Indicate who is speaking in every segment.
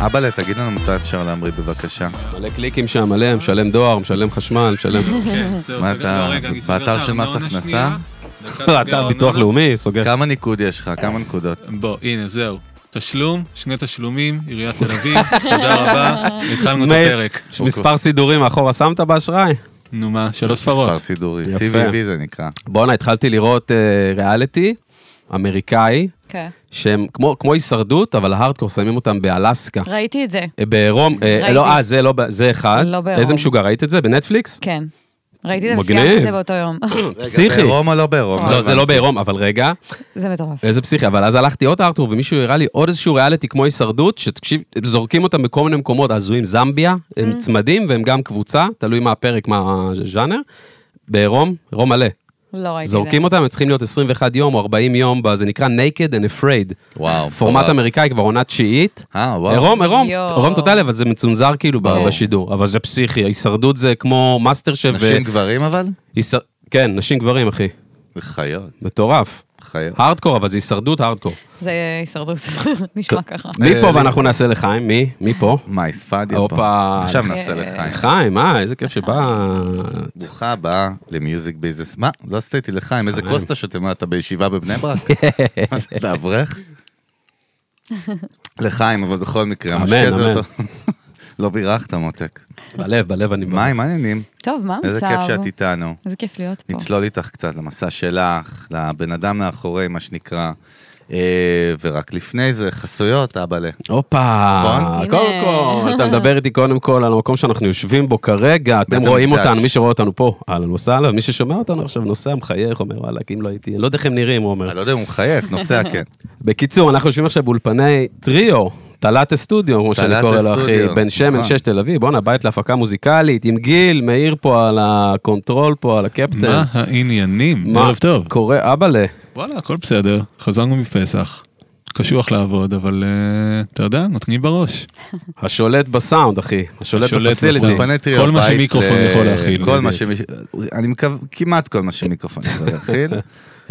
Speaker 1: אבאלה, תגיד לנו מתי אפשר להמריא בבקשה.
Speaker 2: מלא קליקים שם, מלא, משלם דואר, משלם חשמל, משלם...
Speaker 3: כן, זהו,
Speaker 1: מה
Speaker 3: סגר-
Speaker 1: אתה-
Speaker 3: לא, רגע, אני סוגר את
Speaker 1: באתר של מס
Speaker 3: הארנונה
Speaker 1: הכנסה?
Speaker 3: שנייה. דקה, סוגר
Speaker 2: אתר
Speaker 3: הארנונה.
Speaker 2: ביטוח לאומי, סוגר.
Speaker 1: כמה ניקוד יש לך? כמה נקודות?
Speaker 3: בוא, הנה, זהו. תשלום, שני תשלומים, עיריית תל אביב, תודה רבה, התחלנו את
Speaker 2: מאיר,
Speaker 3: הפרק.
Speaker 2: יש מספר סידורים מאחורה שמת באשראי?
Speaker 3: נו מה, שלוש
Speaker 1: מספר
Speaker 3: ספרות.
Speaker 1: סידורי,
Speaker 2: יפה.
Speaker 1: CVV זה נקרא.
Speaker 2: בואנה, התחלתי לראות אה, ריאליטי אמריקאי,
Speaker 4: כן.
Speaker 2: שהם כמו כמו הישרדות, אבל ההארדקור שמים אותם באלסקה.
Speaker 4: ראיתי את זה.
Speaker 2: אה, בעירום, אה,
Speaker 4: ראיתי.
Speaker 2: לא, אה, זה לא, ב- זה אחד.
Speaker 4: לא בעירום.
Speaker 2: איזה משוגע, ראית את זה? בנטפליקס?
Speaker 4: כן. ראיתי את זה
Speaker 2: מגניב.
Speaker 4: וסיימתי את זה באותו יום.
Speaker 2: פסיכי.
Speaker 1: בעירום או לא בעירום?
Speaker 2: לא, זה
Speaker 1: הבנתי.
Speaker 2: לא בעירום, אבל רגע,
Speaker 4: זה מטורף.
Speaker 2: איזה פסיכי, אבל אז הלכתי עוד ארתור, ומישהו הראה לי עוד איזשהו ריאליטי כמו הישרדות, שתקשיב, הם זורקים אותם בכל מיני מקומות, הזויים זמביה, הם צמדים והם גם קבוצה, תלוי מה הפרק, מה הז'אנר, בעירום, עירום מלא.
Speaker 4: לא ראיתי את זה.
Speaker 2: זורקים אותם, הם צריכים להיות 21 יום או 40 יום, ב- זה נקרא Naked and Afraid.
Speaker 1: וואו,
Speaker 2: פורמט
Speaker 1: מטורף.
Speaker 2: אמריקאי, כבר עונה תשיעית.
Speaker 1: אה, וואו.
Speaker 2: עירום, עירום,
Speaker 4: יואו.
Speaker 2: עירום תודה, אבל זה מצונזר כאילו ב-
Speaker 4: ברור.
Speaker 2: בשידור, אבל זה פסיכי, הישרדות זה כמו מאסטר שף.
Speaker 1: נשים גברים אבל?
Speaker 2: כן, נשים גברים, אחי,
Speaker 1: חיות,
Speaker 2: מטורף.
Speaker 1: חיות.
Speaker 2: הארדקור, אבל זה הישרדות הארדקור.
Speaker 4: זה הישרדות, נשמע ככה.
Speaker 2: מי
Speaker 1: אה,
Speaker 2: פה
Speaker 1: לי-
Speaker 2: ואנחנו נעשה לחיים? מי? מי פה?
Speaker 1: מה, אספדיה
Speaker 2: הופה.
Speaker 1: פה? עכשיו
Speaker 2: אה,
Speaker 1: נעשה לחיים.
Speaker 2: חיים, אה, איזה כיף שבא.
Speaker 1: ברוכה הבאה למיוזיק ביזנס. מה? לא עשיתי לחיים, איזה כוס אתה שותה? מה, אתה בישיבה בבני ברק? מה
Speaker 2: כן.
Speaker 1: זה, אתה אברך? לחיים, אבל בכל מקרה,
Speaker 2: אמן,
Speaker 1: המשקה זה
Speaker 2: אמן.
Speaker 1: אותו. לא בירכת, מותק.
Speaker 2: בלב, בלב אני...
Speaker 1: מה, מה העניינים?
Speaker 4: טוב, מה המצב?
Speaker 1: איזה כיף שאת איתנו.
Speaker 4: איזה כיף להיות פה.
Speaker 1: נצלול איתך קצת למסע שלך, לבן אדם מאחורי, מה שנקרא. אה, ורק לפני זה, חסויות, אבאלה.
Speaker 2: הופה,
Speaker 1: נכון?
Speaker 2: קודם
Speaker 4: הנה.
Speaker 2: כל, אתה מדבר איתי קודם כל על המקום שאנחנו יושבים בו כרגע, אתם
Speaker 1: בית
Speaker 2: רואים
Speaker 1: המקדש.
Speaker 2: אותנו, מי שרואה אותנו פה, אהלן וסהלן, מי ששומע אותנו עכשיו נוסע, מחייך, אומר וואלה, אם לא הייתי, אני לא יודע איך הם נראים, הוא
Speaker 1: אני
Speaker 2: אומר.
Speaker 1: לא יודע אם הוא מחייך, נוסע, כן.
Speaker 2: בקיצור, אנחנו יושבים עכשיו באולפני טריו, תלת סטודיו, כמו שאני
Speaker 1: תלת
Speaker 2: קורא לו, אחי,
Speaker 1: סטודיו,
Speaker 2: בן שמן,
Speaker 1: נכון.
Speaker 2: שש תל אביב, בואנה, בית להפקה מוזיקלית, עם גיל, מאיר פה על הקונטרול פה, על הקפטן.
Speaker 3: מה העניינים? ערב טוב.
Speaker 2: קורה אבאלה.
Speaker 3: וואלה, הכל בסדר, חזרנו מפסח. קשוח לעבוד, אבל אה, אתה יודע, נותנים בראש.
Speaker 2: השולט בסאונד, אחי. השולט
Speaker 3: השולט
Speaker 2: בפסיליטי.
Speaker 3: בסאונד.
Speaker 1: אולפני טריו,
Speaker 3: כל מה
Speaker 1: בית
Speaker 3: שמיקרופון
Speaker 1: ל-
Speaker 3: יכול להכיל,
Speaker 1: כל מה
Speaker 3: בדיוק.
Speaker 1: שמי... אני מקווה, כמעט כל מה שמיקרופון יכול להכיל.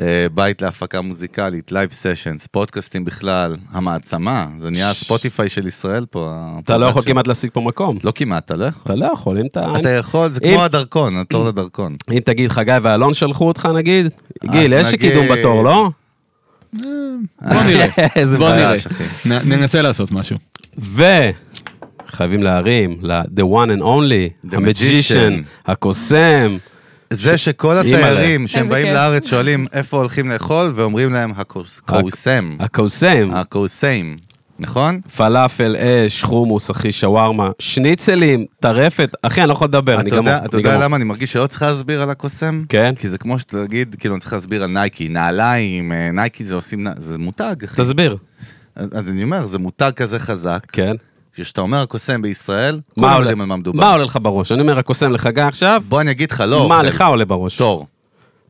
Speaker 1: אה, בית להפקה מוזיקלית, לייב סשנס, פודקאסטים בכלל, המעצמה, זה נהיה הספוטיפיי של ישראל פה.
Speaker 2: אתה לא
Speaker 1: הפרודקשן.
Speaker 2: יכול כמעט להשיג פה מקום.
Speaker 1: לא כמעט, אתה לא יכול.
Speaker 2: אתה לא יכול, אם אתה...
Speaker 1: אתה יכול, זה
Speaker 2: אם-
Speaker 1: כמו הדרכון, התור לדרכון.
Speaker 2: אם תגיד חגי ואלון שלחו אותך נגיד,
Speaker 1: אז
Speaker 2: גיל, יש
Speaker 1: נגיד.
Speaker 2: קידום בתור, לא?
Speaker 3: בוא נראה.
Speaker 2: איזה
Speaker 3: בוא
Speaker 2: בעיה.
Speaker 3: נראה.
Speaker 1: חדש, אחי.
Speaker 3: נ- ננסה לעשות משהו.
Speaker 2: ו... חייבים להרים ל-The one and only,
Speaker 1: The
Speaker 2: המג'ישן,
Speaker 1: Magician.
Speaker 2: הקוסם.
Speaker 1: זה שכל
Speaker 2: אימא'לה.
Speaker 1: התיירים שהם
Speaker 4: איזה
Speaker 1: באים
Speaker 4: כן, כיף.
Speaker 1: לארץ שואלים איפה הולכים לאכול, ואומרים להם "הקוס- הקוסם,
Speaker 2: הקוסם,
Speaker 1: אה. הקוסם, נכון?
Speaker 2: פלאפל, אש, חומוס, אחי, שווארמה, שניצלים, טרפת, אחי, אני לא יכול לדבר, אני
Speaker 1: אתה
Speaker 2: גמור.
Speaker 1: יודע- אתה
Speaker 2: אני
Speaker 1: יודע
Speaker 2: גמור.
Speaker 1: למה אני מרגיש שלא צריך להסביר על הקוסם?
Speaker 2: כן.
Speaker 1: כי זה כמו שתגיד, כאילו, אני צריך להסביר על נייקי, נעליים, אה, נייקי זה עושים, נע- זה מותג, אחי.
Speaker 2: תסביר.
Speaker 1: אז אז אני אומר, זה מותג כזה חזק,
Speaker 2: כן.
Speaker 1: כשאתה אומר הקוסם בישראל,
Speaker 2: מה
Speaker 1: כולם
Speaker 2: עולה-
Speaker 1: יודעים על מה מדובר.
Speaker 2: מה עולה לך בראש? אני אומר, הקוסם לחגי עכשיו,
Speaker 1: בוא אני אגיד לך, לא.
Speaker 2: מה
Speaker 1: אוכל.
Speaker 2: לך עולה בראש?
Speaker 1: תור.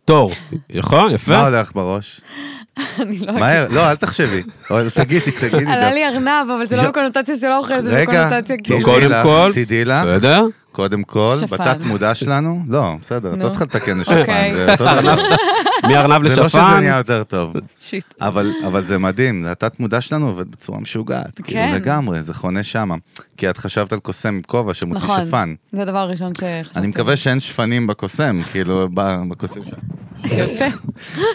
Speaker 2: תור. יכול? יפה.
Speaker 1: מה הולך בראש?
Speaker 4: אני לא...
Speaker 1: מהר, לא, אל תחשבי. אבל תגידי, תגידי.
Speaker 4: עלה לי ארנב, אבל זה לא
Speaker 1: יו-
Speaker 4: בקונוטציה של אוכל, זה
Speaker 1: רגע,
Speaker 4: בקונוטציה
Speaker 1: תדעי
Speaker 4: כאילו.
Speaker 2: קודם
Speaker 1: לך,
Speaker 2: כל-
Speaker 1: תדעי לך,
Speaker 2: בסדר?
Speaker 1: קודם כל,
Speaker 4: שפן.
Speaker 1: בתת מודע שלנו, לא, בסדר, את לא
Speaker 4: נו.
Speaker 1: צריכה לתקן לשפן,
Speaker 4: אוקיי.
Speaker 1: זה אותו דבר.
Speaker 2: מארנב
Speaker 1: זה לא שזה
Speaker 2: לשפן.
Speaker 1: נהיה יותר טוב.
Speaker 4: שיט.
Speaker 1: אבל, אבל זה מדהים, זה התת מודע שלנו עובד בצורה משוגעת, כאילו
Speaker 4: כן.
Speaker 1: לגמרי, זה חונה שמה. כי את חשבת על קוסם עם כובע שמוציא
Speaker 4: נכון.
Speaker 1: שפן.
Speaker 4: זה הדבר הראשון שחשבתי.
Speaker 1: אני מקווה שאין שפנים בקוסם, כאילו, ב- בקוסם שם.
Speaker 4: יפה.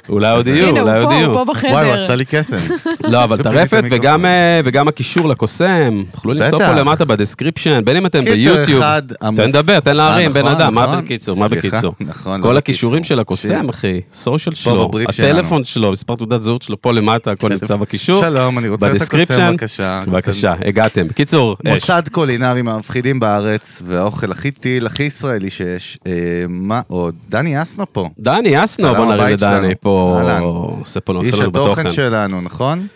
Speaker 2: אולי עוד יהיו,
Speaker 4: הנה, הוא
Speaker 2: אולי עוד
Speaker 4: פה,
Speaker 2: יהיו.
Speaker 4: הוא פה
Speaker 1: וואי, הוא
Speaker 4: בחדר.
Speaker 1: עשה לי קסם.
Speaker 2: לא, אבל
Speaker 1: פירק את
Speaker 2: טרפת
Speaker 1: המיקרופון.
Speaker 2: וגם, אה, וגם הקישור לקוסם. תוכלו למצוא
Speaker 1: בטח.
Speaker 2: פה למטה בדסקריפשן, בין אם אתם
Speaker 1: קיצר
Speaker 2: ביוטיוב.
Speaker 1: אחד עמוס.
Speaker 2: תן לדבר, תן להרים,
Speaker 1: אה,
Speaker 2: בן
Speaker 1: נכון,
Speaker 2: אדם, מה
Speaker 1: נכון.
Speaker 2: בקיצור, מה
Speaker 1: סליחה,
Speaker 2: בקיצור.
Speaker 1: נכון,
Speaker 2: כל
Speaker 1: לא
Speaker 2: הכישורים
Speaker 1: בקיצור.
Speaker 2: של הקוסם,
Speaker 1: שיר.
Speaker 2: אחי, סושיאל שלו,
Speaker 1: בבריף שלנו.
Speaker 2: הטלפון שלו, מספר תעודת זהות שלו, פה למטה, הכל נמצא בקישור.
Speaker 1: שלום, אני רוצה את
Speaker 2: בדסקריפשן.
Speaker 1: הקוסם, בבקשה. הקוסם.
Speaker 2: בבקשה, הגעתם. בקיצור, אה,
Speaker 1: מוסד קולינרי מהמפחידים בארץ, והאוכל הכי טיל, הכי ישראלי שיש. אה, מה עוד? דני אסנו פה.
Speaker 2: דני אסנו,
Speaker 1: צלם
Speaker 2: בוא נרים
Speaker 1: הבית
Speaker 2: לדני
Speaker 1: שלנו.
Speaker 2: פה,
Speaker 1: אהלן.
Speaker 2: עושה פה נושא
Speaker 1: איש
Speaker 2: לנו לא בתוכן.
Speaker 1: התוכן שלנו, נכון?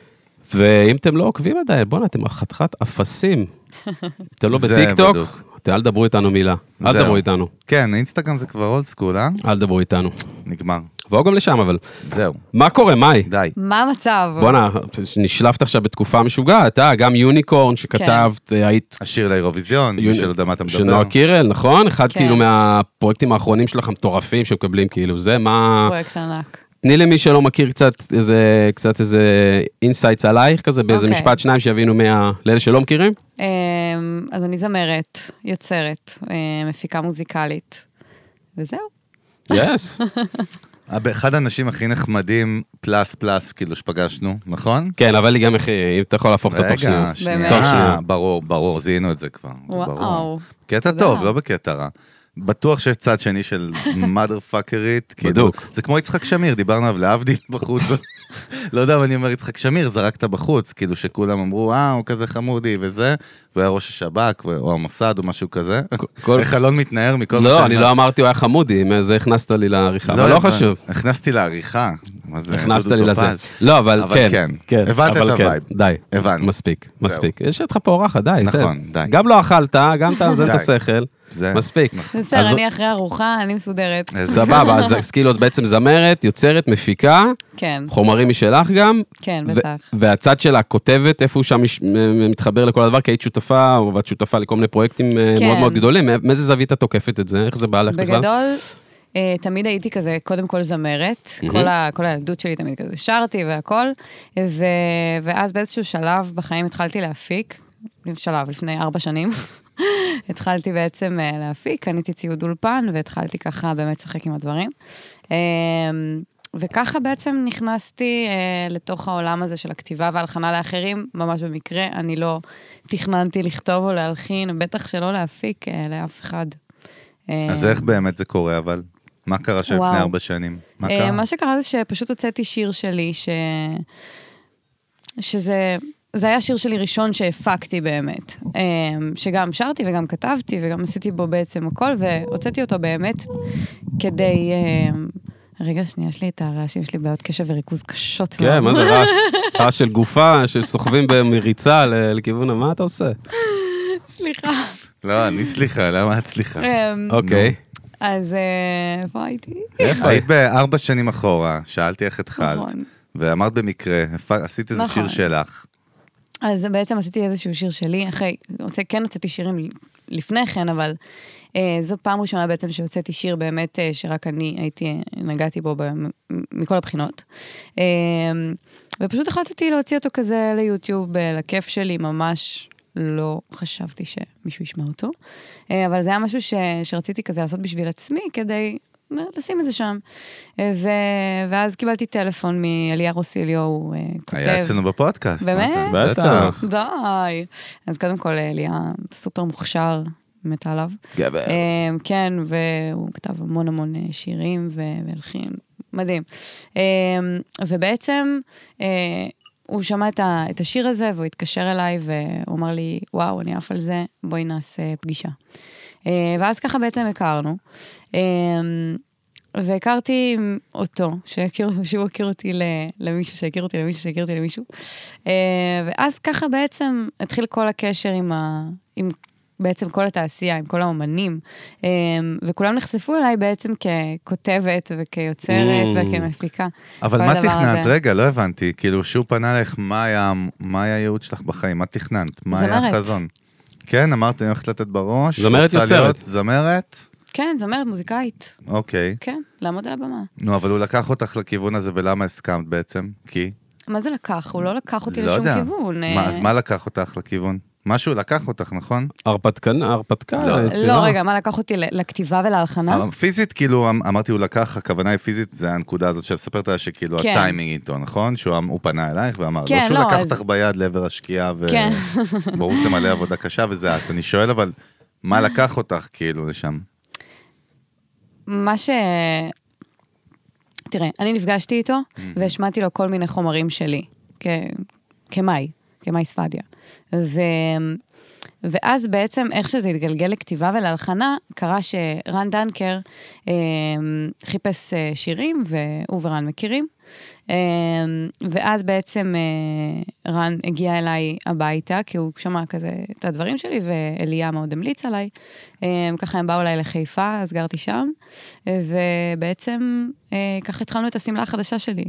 Speaker 2: ואם אתם לא עוקבים עדיין, בואנה, אתם חתיכת אפסים. אתם לא
Speaker 1: זה
Speaker 2: בטיקטוק,
Speaker 1: בדוק.
Speaker 2: אתם אל תדברו איתנו מילה. אל
Speaker 1: זהו.
Speaker 2: תדברו איתנו,
Speaker 1: כן, אינסטגרם זה כבר אולד סקול, אה?
Speaker 2: אל תדברו איתנו.
Speaker 1: נגמר.
Speaker 2: בואו גם לשם, אבל.
Speaker 1: זהו,
Speaker 2: מה קורה, מאי?
Speaker 1: די.
Speaker 4: מה המצב?
Speaker 2: בואנה, נשלפת עכשיו בתקופה משוגעת, אה? גם יוניקורן שכתבת, אה, היית...
Speaker 1: השיר לאירוויזיון,
Speaker 2: יוני-
Speaker 1: מי שלא יודע מה כן. אתה
Speaker 2: של
Speaker 1: מדבר.
Speaker 2: נועה קירל, נכון? אחד
Speaker 4: כן.
Speaker 2: כאילו מהפרויקטים האחרונים שלך המטורפים שמקבלים כאילו זה, מה...
Speaker 4: פרויקט ענק.
Speaker 2: תני למי שלא מכיר קצת איזה, קצת איזה אינסייטס עלייך כזה, באיזה
Speaker 4: אוקיי.
Speaker 2: משפט שניים שיבינו מה... לאלה שלא מכירים.
Speaker 4: אמ, אז אני זמרת, יוצרת, אמ, מפיקה מוזיקלית, וזהו.
Speaker 2: יס.
Speaker 1: אחד האנשים הכי נחמדים, פלאס פלאס, כאילו, שפגשנו, נכון?
Speaker 2: כן, אבל היא גם הכי, אם אתה יכול להפוך אותה תוך שנייה.
Speaker 1: רגע, שנייה.
Speaker 4: באמת?
Speaker 2: תוך שנייה.
Speaker 1: אה, ברור, ברור, זיהינו את זה כבר. זה ברור.
Speaker 4: וואו.
Speaker 1: קטע
Speaker 4: תודה.
Speaker 1: טוב, לא בקטע רע. בטוח שיש צד שני של mother fuckerית. כאילו,
Speaker 2: בדוק.
Speaker 1: זה כמו יצחק שמיר, דיברנו עליו להבדיל בחוץ. לא יודע, אבל אני אומר יצחק שמיר, זרקת בחוץ, כאילו שכולם אמרו, אה, הוא כזה חמודי וזה, והוא היה ראש השב"כ, ו- או המוסד, או משהו כזה.
Speaker 2: כל-
Speaker 1: איך אלון מתנער מכל מה
Speaker 2: לא, אני לא אמרתי הוא היה חמודי, מה זה הכנסת לי לעריכה, אבל לא
Speaker 1: הבנ-
Speaker 2: חשוב.
Speaker 1: הכנסתי לעריכה. מה זה,
Speaker 2: הכנסת
Speaker 1: אה, דודו
Speaker 2: לי לזה.
Speaker 1: טופז.
Speaker 2: לא, אבל
Speaker 1: אבל
Speaker 2: כן.
Speaker 1: כן.
Speaker 2: כן.
Speaker 1: הבנת את
Speaker 2: אבל כן,
Speaker 1: הווייב.
Speaker 2: די.
Speaker 1: הבנו.
Speaker 2: מספיק, מספיק. יש לך פה אורחת, די.
Speaker 1: נכון,
Speaker 2: תן.
Speaker 1: די.
Speaker 2: גם לא אכלת, גם אתה מזל את
Speaker 1: די.
Speaker 2: השכל.
Speaker 1: זה- נכון.
Speaker 2: מספיק.
Speaker 4: זה
Speaker 2: אז-
Speaker 4: בסדר, אני אחרי ארוחה, אני מסודרת.
Speaker 1: איזה-
Speaker 2: סבבה, אז אז כאילו את בעצם זמרת, יוצרת, מפיקה,
Speaker 4: כן,
Speaker 2: חומרים משלך גם.
Speaker 4: כן,
Speaker 2: ו-
Speaker 4: בטח.
Speaker 2: והצד שלה כותבת, איפה הוא שם מש- מ- מתחבר לכל הדבר, כי היית שותפה, או את שותפה לכל מיני פרויקטים אה,
Speaker 4: כן.
Speaker 2: מאוד מאוד גדולים. מא- מאיזה זווית את תוקפת את זה? איך זה בא לך בכלל?
Speaker 4: בגדול, אה, תמיד הייתי כזה, קודם כל זמרת, כל ה- כל הילדות שלי תמיד כזה שרתי והכל, ו- ואז באיזשהו שלב בחיים התחלתי להפיק, שלב לפני ארבע שנים. התחלתי בעצם אה, להפיק, קניתי ציוד אולפן והתחלתי ככה באמת לשחק עם הדברים. אה, וככה בעצם נכנסתי אה, לתוך העולם הזה של הכתיבה והלחנה לאחרים, ממש במקרה, אני לא תכננתי לכתוב או להלחין, בטח שלא להפיק אה, לאף אחד. אה,
Speaker 1: אז איך באמת זה קורה, אבל? מה קרה שלפני
Speaker 4: וואו.
Speaker 1: ארבע שנים? מה
Speaker 4: אה,
Speaker 1: קרה?
Speaker 4: מה שקרה זה שפשוט הוצאתי שיר שלי, ש... שזה... זה היה שיר שלי ראשון שהפקתי באמת, אה, שגם שרתי וגם כתבתי וגם עשיתי בו בעצם הכל, והוצאתי אותו באמת כדי... אה, רגע, שנייה, יש לי את הרעשים, יש לי בעיות קשב וריכוז קשות
Speaker 2: כן, מה זה רע? רע של גופה, שסוחבים במריצה ל- לכיוון ה... מה אתה עושה?
Speaker 4: סליחה.
Speaker 1: לא, אני סליחה, למה את סליחה?
Speaker 4: אה,
Speaker 2: אוקיי.
Speaker 4: אז אה, איפה הייתי?
Speaker 2: איפה?
Speaker 1: היית בארבע שנים אחורה, שאלתי איך התחלת,
Speaker 4: נכון.
Speaker 1: ואמרת במקרה, הפ- עשית איזה שיר
Speaker 4: נכון.
Speaker 1: שלך.
Speaker 4: אז בעצם עשיתי איזשהו שיר שלי, אחרי, הוצא, כן הוצאתי שירים לפני כן, אבל אה, זו פעם ראשונה בעצם שהוצאתי שיר באמת אה, שרק אני הייתי, נגעתי בו ב, מ- מכל הבחינות. אה, ופשוט החלטתי להוציא אותו כזה ליוטיוב, אה, לכיף שלי, ממש לא חשבתי שמישהו ישמע אותו. אה, אבל זה היה משהו ש, שרציתי כזה לעשות בשביל עצמי, כדי לשים את זה שם. אה, ו, ואז קיבלתי טלפון מאליה רוסיליו, הוא אה, כותב...
Speaker 1: היה אצלנו בפודקאסט. מה
Speaker 4: באמת?
Speaker 1: זה?
Speaker 2: בטח.
Speaker 4: די. אז קודם כל, אה, ליה סופר מוכשר, מתה עליו.
Speaker 2: גבר.
Speaker 4: אה, כן, והוא כתב המון המון אה, שירים ו- והלחין, מדהים. אה, ובעצם אה, הוא שמע את, ה- את השיר הזה והוא התקשר אליי והוא אמר לי, וואו, אני עף על זה, בואי נעשה פגישה. אה, ואז ככה בעצם הכרנו. אה, והכרתי אותו, שהכיר, שהוא הכיר אותי ל- למישהו, שהכיר אותי למישהו, שהכיר אותי למישהו. אה, ואז ככה בעצם התחיל כל הקשר עם, ה, עם בעצם כל התעשייה, עם כל האומנים, אה, וכולם נחשפו אליי בעצם ככותבת וכיוצרת
Speaker 2: Mm.
Speaker 4: וכמפיקה.
Speaker 1: אבל
Speaker 4: כל
Speaker 1: מה
Speaker 4: הדבר
Speaker 1: תכננת?
Speaker 4: הזה.
Speaker 1: רגע, לא הבנתי. כאילו, שהוא פנה לך, מה היה מה היה הייעוד שלך בחיים? מה תכננת? מה היה
Speaker 4: זמרת.
Speaker 1: החזון? כן, אמרת, אני הולכת לתת בראש.
Speaker 2: זמרת
Speaker 1: רוצה
Speaker 2: יוצרת.
Speaker 1: להיות זמרת?
Speaker 4: כן, זמרת, מוזיקאית,
Speaker 1: אוקיי.
Speaker 4: כן, לעמוד על הבמה.
Speaker 1: נו, אבל הוא לקח אותך לכיוון הזה, ולמה הסכמת בעצם? כי?
Speaker 4: מה זה לקח? הוא לא לקח אותי
Speaker 1: לא
Speaker 4: לשום
Speaker 1: יודע.
Speaker 4: כיוון.
Speaker 1: מה,
Speaker 4: אה,
Speaker 1: אז מה לקח אותך לכיוון? משהו לקח אותך, נכון?
Speaker 2: הרפתקנה, הרפתקה,
Speaker 1: לא.
Speaker 2: יצירה.
Speaker 4: לא, רגע, מה לקח אותי ל- לכתיבה ולהלחנה?
Speaker 1: אבל פיזית, כאילו, אמ- אמרתי, הוא לקח, הכוונה היא פיזית, זה הנקודה הזאת שמספרת עליה שכאילו
Speaker 4: כן.
Speaker 1: הטיימינג איתו, נכון? שהוא אמ- הוא פנה אלייך ואמר,
Speaker 4: כן,
Speaker 1: לא שהוא
Speaker 4: לא,
Speaker 1: לקח
Speaker 4: אז-
Speaker 1: אותך ביד לעבר השקיעה, ו-
Speaker 4: כן.
Speaker 1: ברור שזה מלא עבודה קשה וזה את. אני שואל, אבל, מה לקח אותך כאילו לשם?
Speaker 4: מה ש... תראה, אני נפגשתי איתו והשמעתי לו כל מיני חומרים שלי, כ... כמאי, כמאי ספדיה. ו... ואז בעצם איך שזה התגלגל לכתיבה ולהלחנה, קרה שרן דנקר אה, חיפש אה, שירים, והוא ורן מכירים. אה, ואז בעצם אה, רן הגיע אליי הביתה, כי הוא שמע כזה את הדברים שלי, ואליה מאוד המליץ עליי. אה, ככה הם באו אליי לחיפה, אז גרתי שם, אה, ובעצם אה, ככה התחלנו את השמלה החדשה שלי.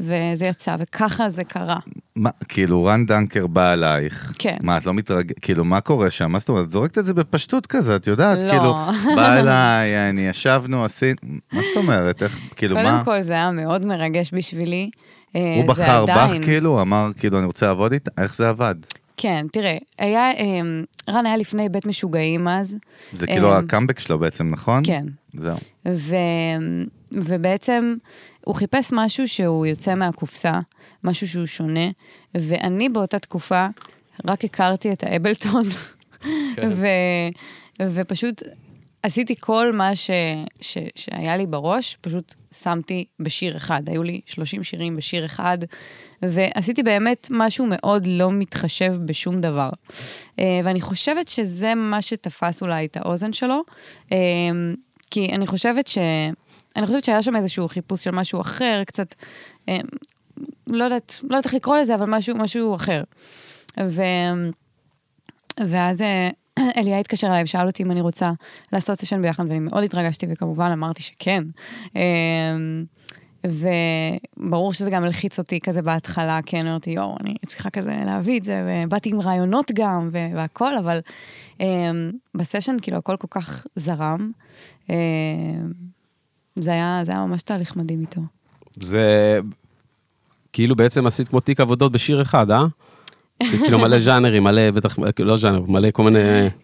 Speaker 4: וזה יצא, וככה זה קרה.
Speaker 1: מה, כאילו, רן דנקר בא אלייך.
Speaker 4: כן.
Speaker 1: מה, את לא מתרגשת? כאילו, מה קורה שם? מה זאת אומרת? את זורקת את זה בפשטות כזה, את יודעת?
Speaker 4: לא.
Speaker 1: כאילו, בא אליי, אני ישבנו, עשינו... מה זאת אומרת? איך, כאילו,
Speaker 4: קודם
Speaker 1: מה?
Speaker 4: כל, זה היה מאוד מרגש בשבילי. אה,
Speaker 1: הוא
Speaker 4: זה
Speaker 1: בחר
Speaker 4: עדיין-
Speaker 1: בך, כאילו, אמר, כאילו, אני רוצה לעבוד איתה? איך זה עבד?
Speaker 4: כן, תראה, היה, אמ, רן היה לפני בית משוגעים אז.
Speaker 1: זה כאילו
Speaker 4: אמ,
Speaker 1: הקאמבק שלו בעצם, נכון?
Speaker 4: כן.
Speaker 1: זהו.
Speaker 4: ו... ובעצם הוא חיפש משהו שהוא יוצא מהקופסה, משהו שהוא שונה, ואני באותה תקופה רק הכרתי את האבלטון, ו... ופשוט עשיתי כל מה ש... ש... שהיה לי בראש, פשוט שמתי בשיר אחד, היו לי 30 שירים בשיר אחד, ועשיתי באמת משהו מאוד לא מתחשב בשום דבר. אה, ואני חושבת שזה מה שתפס אולי את האוזן שלו, אה, כי אני חושבת ש... אני חושבת שהיה שם איזשהו חיפוש של משהו אחר, קצת, אה, לא יודעת, לא יודעת איך לקרוא לזה, אבל משהו, משהו אחר. ו... ואז אה, אליה התקשר אליי ושאל אותי אם אני רוצה לעשות סשן ביחד, ואני מאוד התרגשתי, וכמובן אמרתי שכן. אה, וברור שזה גם הלחיץ אותי כזה בהתחלה, כן, אמרתי, יואו, אני צריכה כזה להביא את זה, ובאתי עם רעיונות גם ו- והכל, אבל אה, בסשן כאילו הכל כל כך זרם. אה, זה היה, זה היה ממש תהליך מדהים איתו.
Speaker 2: זה כאילו בעצם עשית כמו תיק עבודות בשיר אחד, אה? עשית כאילו מלא ז'אנרים, מלא, בטח, לא ז'אנר, מלא כל מיני...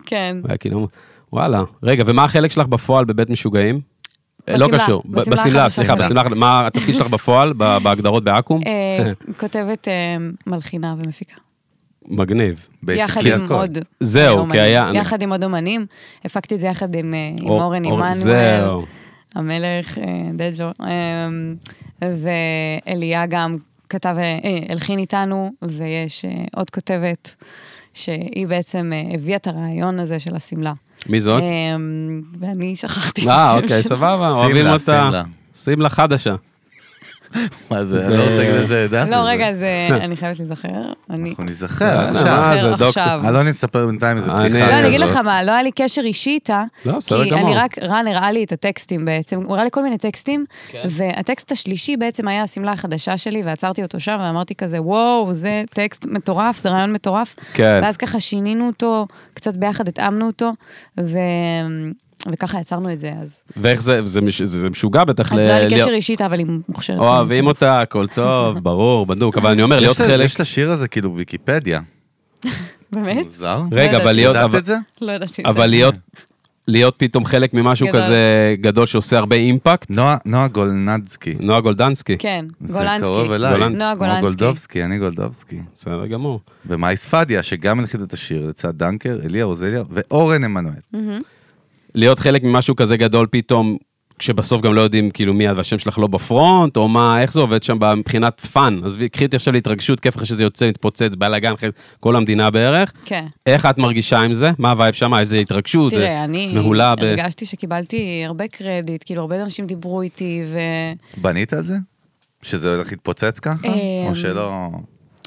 Speaker 4: כן.
Speaker 2: היה כאילו, וואלה. רגע, ומה החלק שלך בפועל בבית משוגעים? אה, לא
Speaker 4: בשמלה,
Speaker 2: קשור, ב-
Speaker 4: בשמלה
Speaker 2: בשמלה,
Speaker 4: החדשה.
Speaker 2: סליחה, בשמלה, מה התפקיד שלך בפועל, ב- בהגדרות בעכו"ם?
Speaker 4: אה, כותבת אה, מלחינה ומפיקה.
Speaker 2: מגניב.
Speaker 4: יחד
Speaker 1: basically
Speaker 4: עם
Speaker 2: כן.
Speaker 1: הכל.
Speaker 4: עוד
Speaker 2: זהו,
Speaker 4: אומנים.
Speaker 2: כי היה-
Speaker 4: אה, יחד עם עוד אומנים, הפקתי את זה יחד עם, אה, עם
Speaker 2: אור-
Speaker 4: אורן
Speaker 2: אור-
Speaker 4: עמנואל,
Speaker 2: זהו.
Speaker 4: המלך אה, דז'ו, אה, ואליה גם כתב, אה, הלחין איתנו, ויש אה, עוד כותבת, שהיא בעצם אה, הביאה את הרעיון הזה של השמלה.
Speaker 2: מי זאת?
Speaker 4: אה, ואני שכחתי את השם
Speaker 2: אוקיי. אה, אוקיי,
Speaker 4: שלה.
Speaker 2: סבבה,
Speaker 1: שים
Speaker 2: אוהבים
Speaker 1: לה,
Speaker 2: אותה.
Speaker 1: שים לה.
Speaker 2: שים לה חדשה.
Speaker 1: מה זה, אני לא רוצה להגיד איזה עדה.
Speaker 4: לא,
Speaker 1: זה.
Speaker 4: רגע, זה... אני חייבת להיזכר. אני...
Speaker 1: אנחנו ניזכר,
Speaker 2: אה,
Speaker 1: עכשיו.
Speaker 2: זה דוקטור.
Speaker 4: עכשיו.
Speaker 1: אלון יספר בינתיים איזה
Speaker 2: אני-
Speaker 1: בדיחה.
Speaker 4: לא, אני אגיד
Speaker 1: כזאת.
Speaker 4: לך מה, לא היה לי קשר אישי איתה,
Speaker 2: כן, לא,
Speaker 4: כי
Speaker 2: בסדר גמור.
Speaker 4: אני רק, רן הראה לי את הטקסטים בעצם, הוא הראה לי כל מיני טקסטים, והטקסט השלישי בעצם היה השמלה החדשה שלי, ועצרתי אותו שם, ואמרתי כזה, וואו, זה טקסט מטורף, זה רעיון מטורף.
Speaker 2: כן.
Speaker 4: ואז ככה שינינו אותו, קצת ביחד התאמנו אותו, ו... וככה יצרנו את זה, אז,
Speaker 2: ואיך זה, זה מש- זה זה משוגע בטח.
Speaker 4: אז
Speaker 2: ל-
Speaker 4: לא היה לי
Speaker 2: להיות-
Speaker 4: קשר אישי איתה, אבל היא מוכשרת.
Speaker 2: אוהבים אותה, הכל טוב, ברור, בדוק, אבל אני אומר, להיות
Speaker 1: יש לה-
Speaker 2: חלק...
Speaker 1: יש לשיר הזה כאילו ויקיפדיה.
Speaker 4: באמת?
Speaker 1: מוזר.
Speaker 2: רגע, אבל להיות...
Speaker 1: יודעת
Speaker 2: אבל-
Speaker 1: את זה?
Speaker 4: לא ידעתי את זה.
Speaker 2: אבל להיות... להיות פתאום חלק ממשהו
Speaker 4: גדול.
Speaker 2: כזה גדול שעושה הרבה אימפקט,
Speaker 1: נועה- נועה גולנדסקי.
Speaker 2: נועה גולדנסקי.
Speaker 4: כן,
Speaker 1: זה
Speaker 4: גולנסקי.
Speaker 1: קרוב אליי.
Speaker 2: גולנסקי.
Speaker 4: נועה
Speaker 1: כמו
Speaker 4: גולנסקי.
Speaker 1: גולדובסקי, אני גולדובסקי.
Speaker 2: בסדר גמור.
Speaker 1: ומאי ספדיה, שגם הלחיד את השיר לצד דנקר, אליה רוזליה ואורן עמנואל.
Speaker 4: Mm.
Speaker 2: להיות חלק ממשהו כזה גדול פתאום, כשבסוף גם לא יודעים כאילו מי את והשם שלך לא בפרונט, או מה, איך זה עובד שם מבחינת פאן. עזבי, קחי אותי עכשיו להתרגשות, כיף לך שזה יוצא, מתפוצץ, בלאגן, אחרי כל המדינה בערך.
Speaker 4: כן.
Speaker 2: איך את מרגישה עם זה? מה הווייב שם? איזה התרגשות?
Speaker 4: תראה,
Speaker 2: זה
Speaker 4: אני
Speaker 2: מהולה ב...
Speaker 4: הרגשתי שקיבלתי הרבה קרדיט, כאילו הרבה אנשים דיברו איתי,
Speaker 1: בנית על זה? שזה הולך להתפוצץ ככה?
Speaker 4: אה,
Speaker 1: או שלא...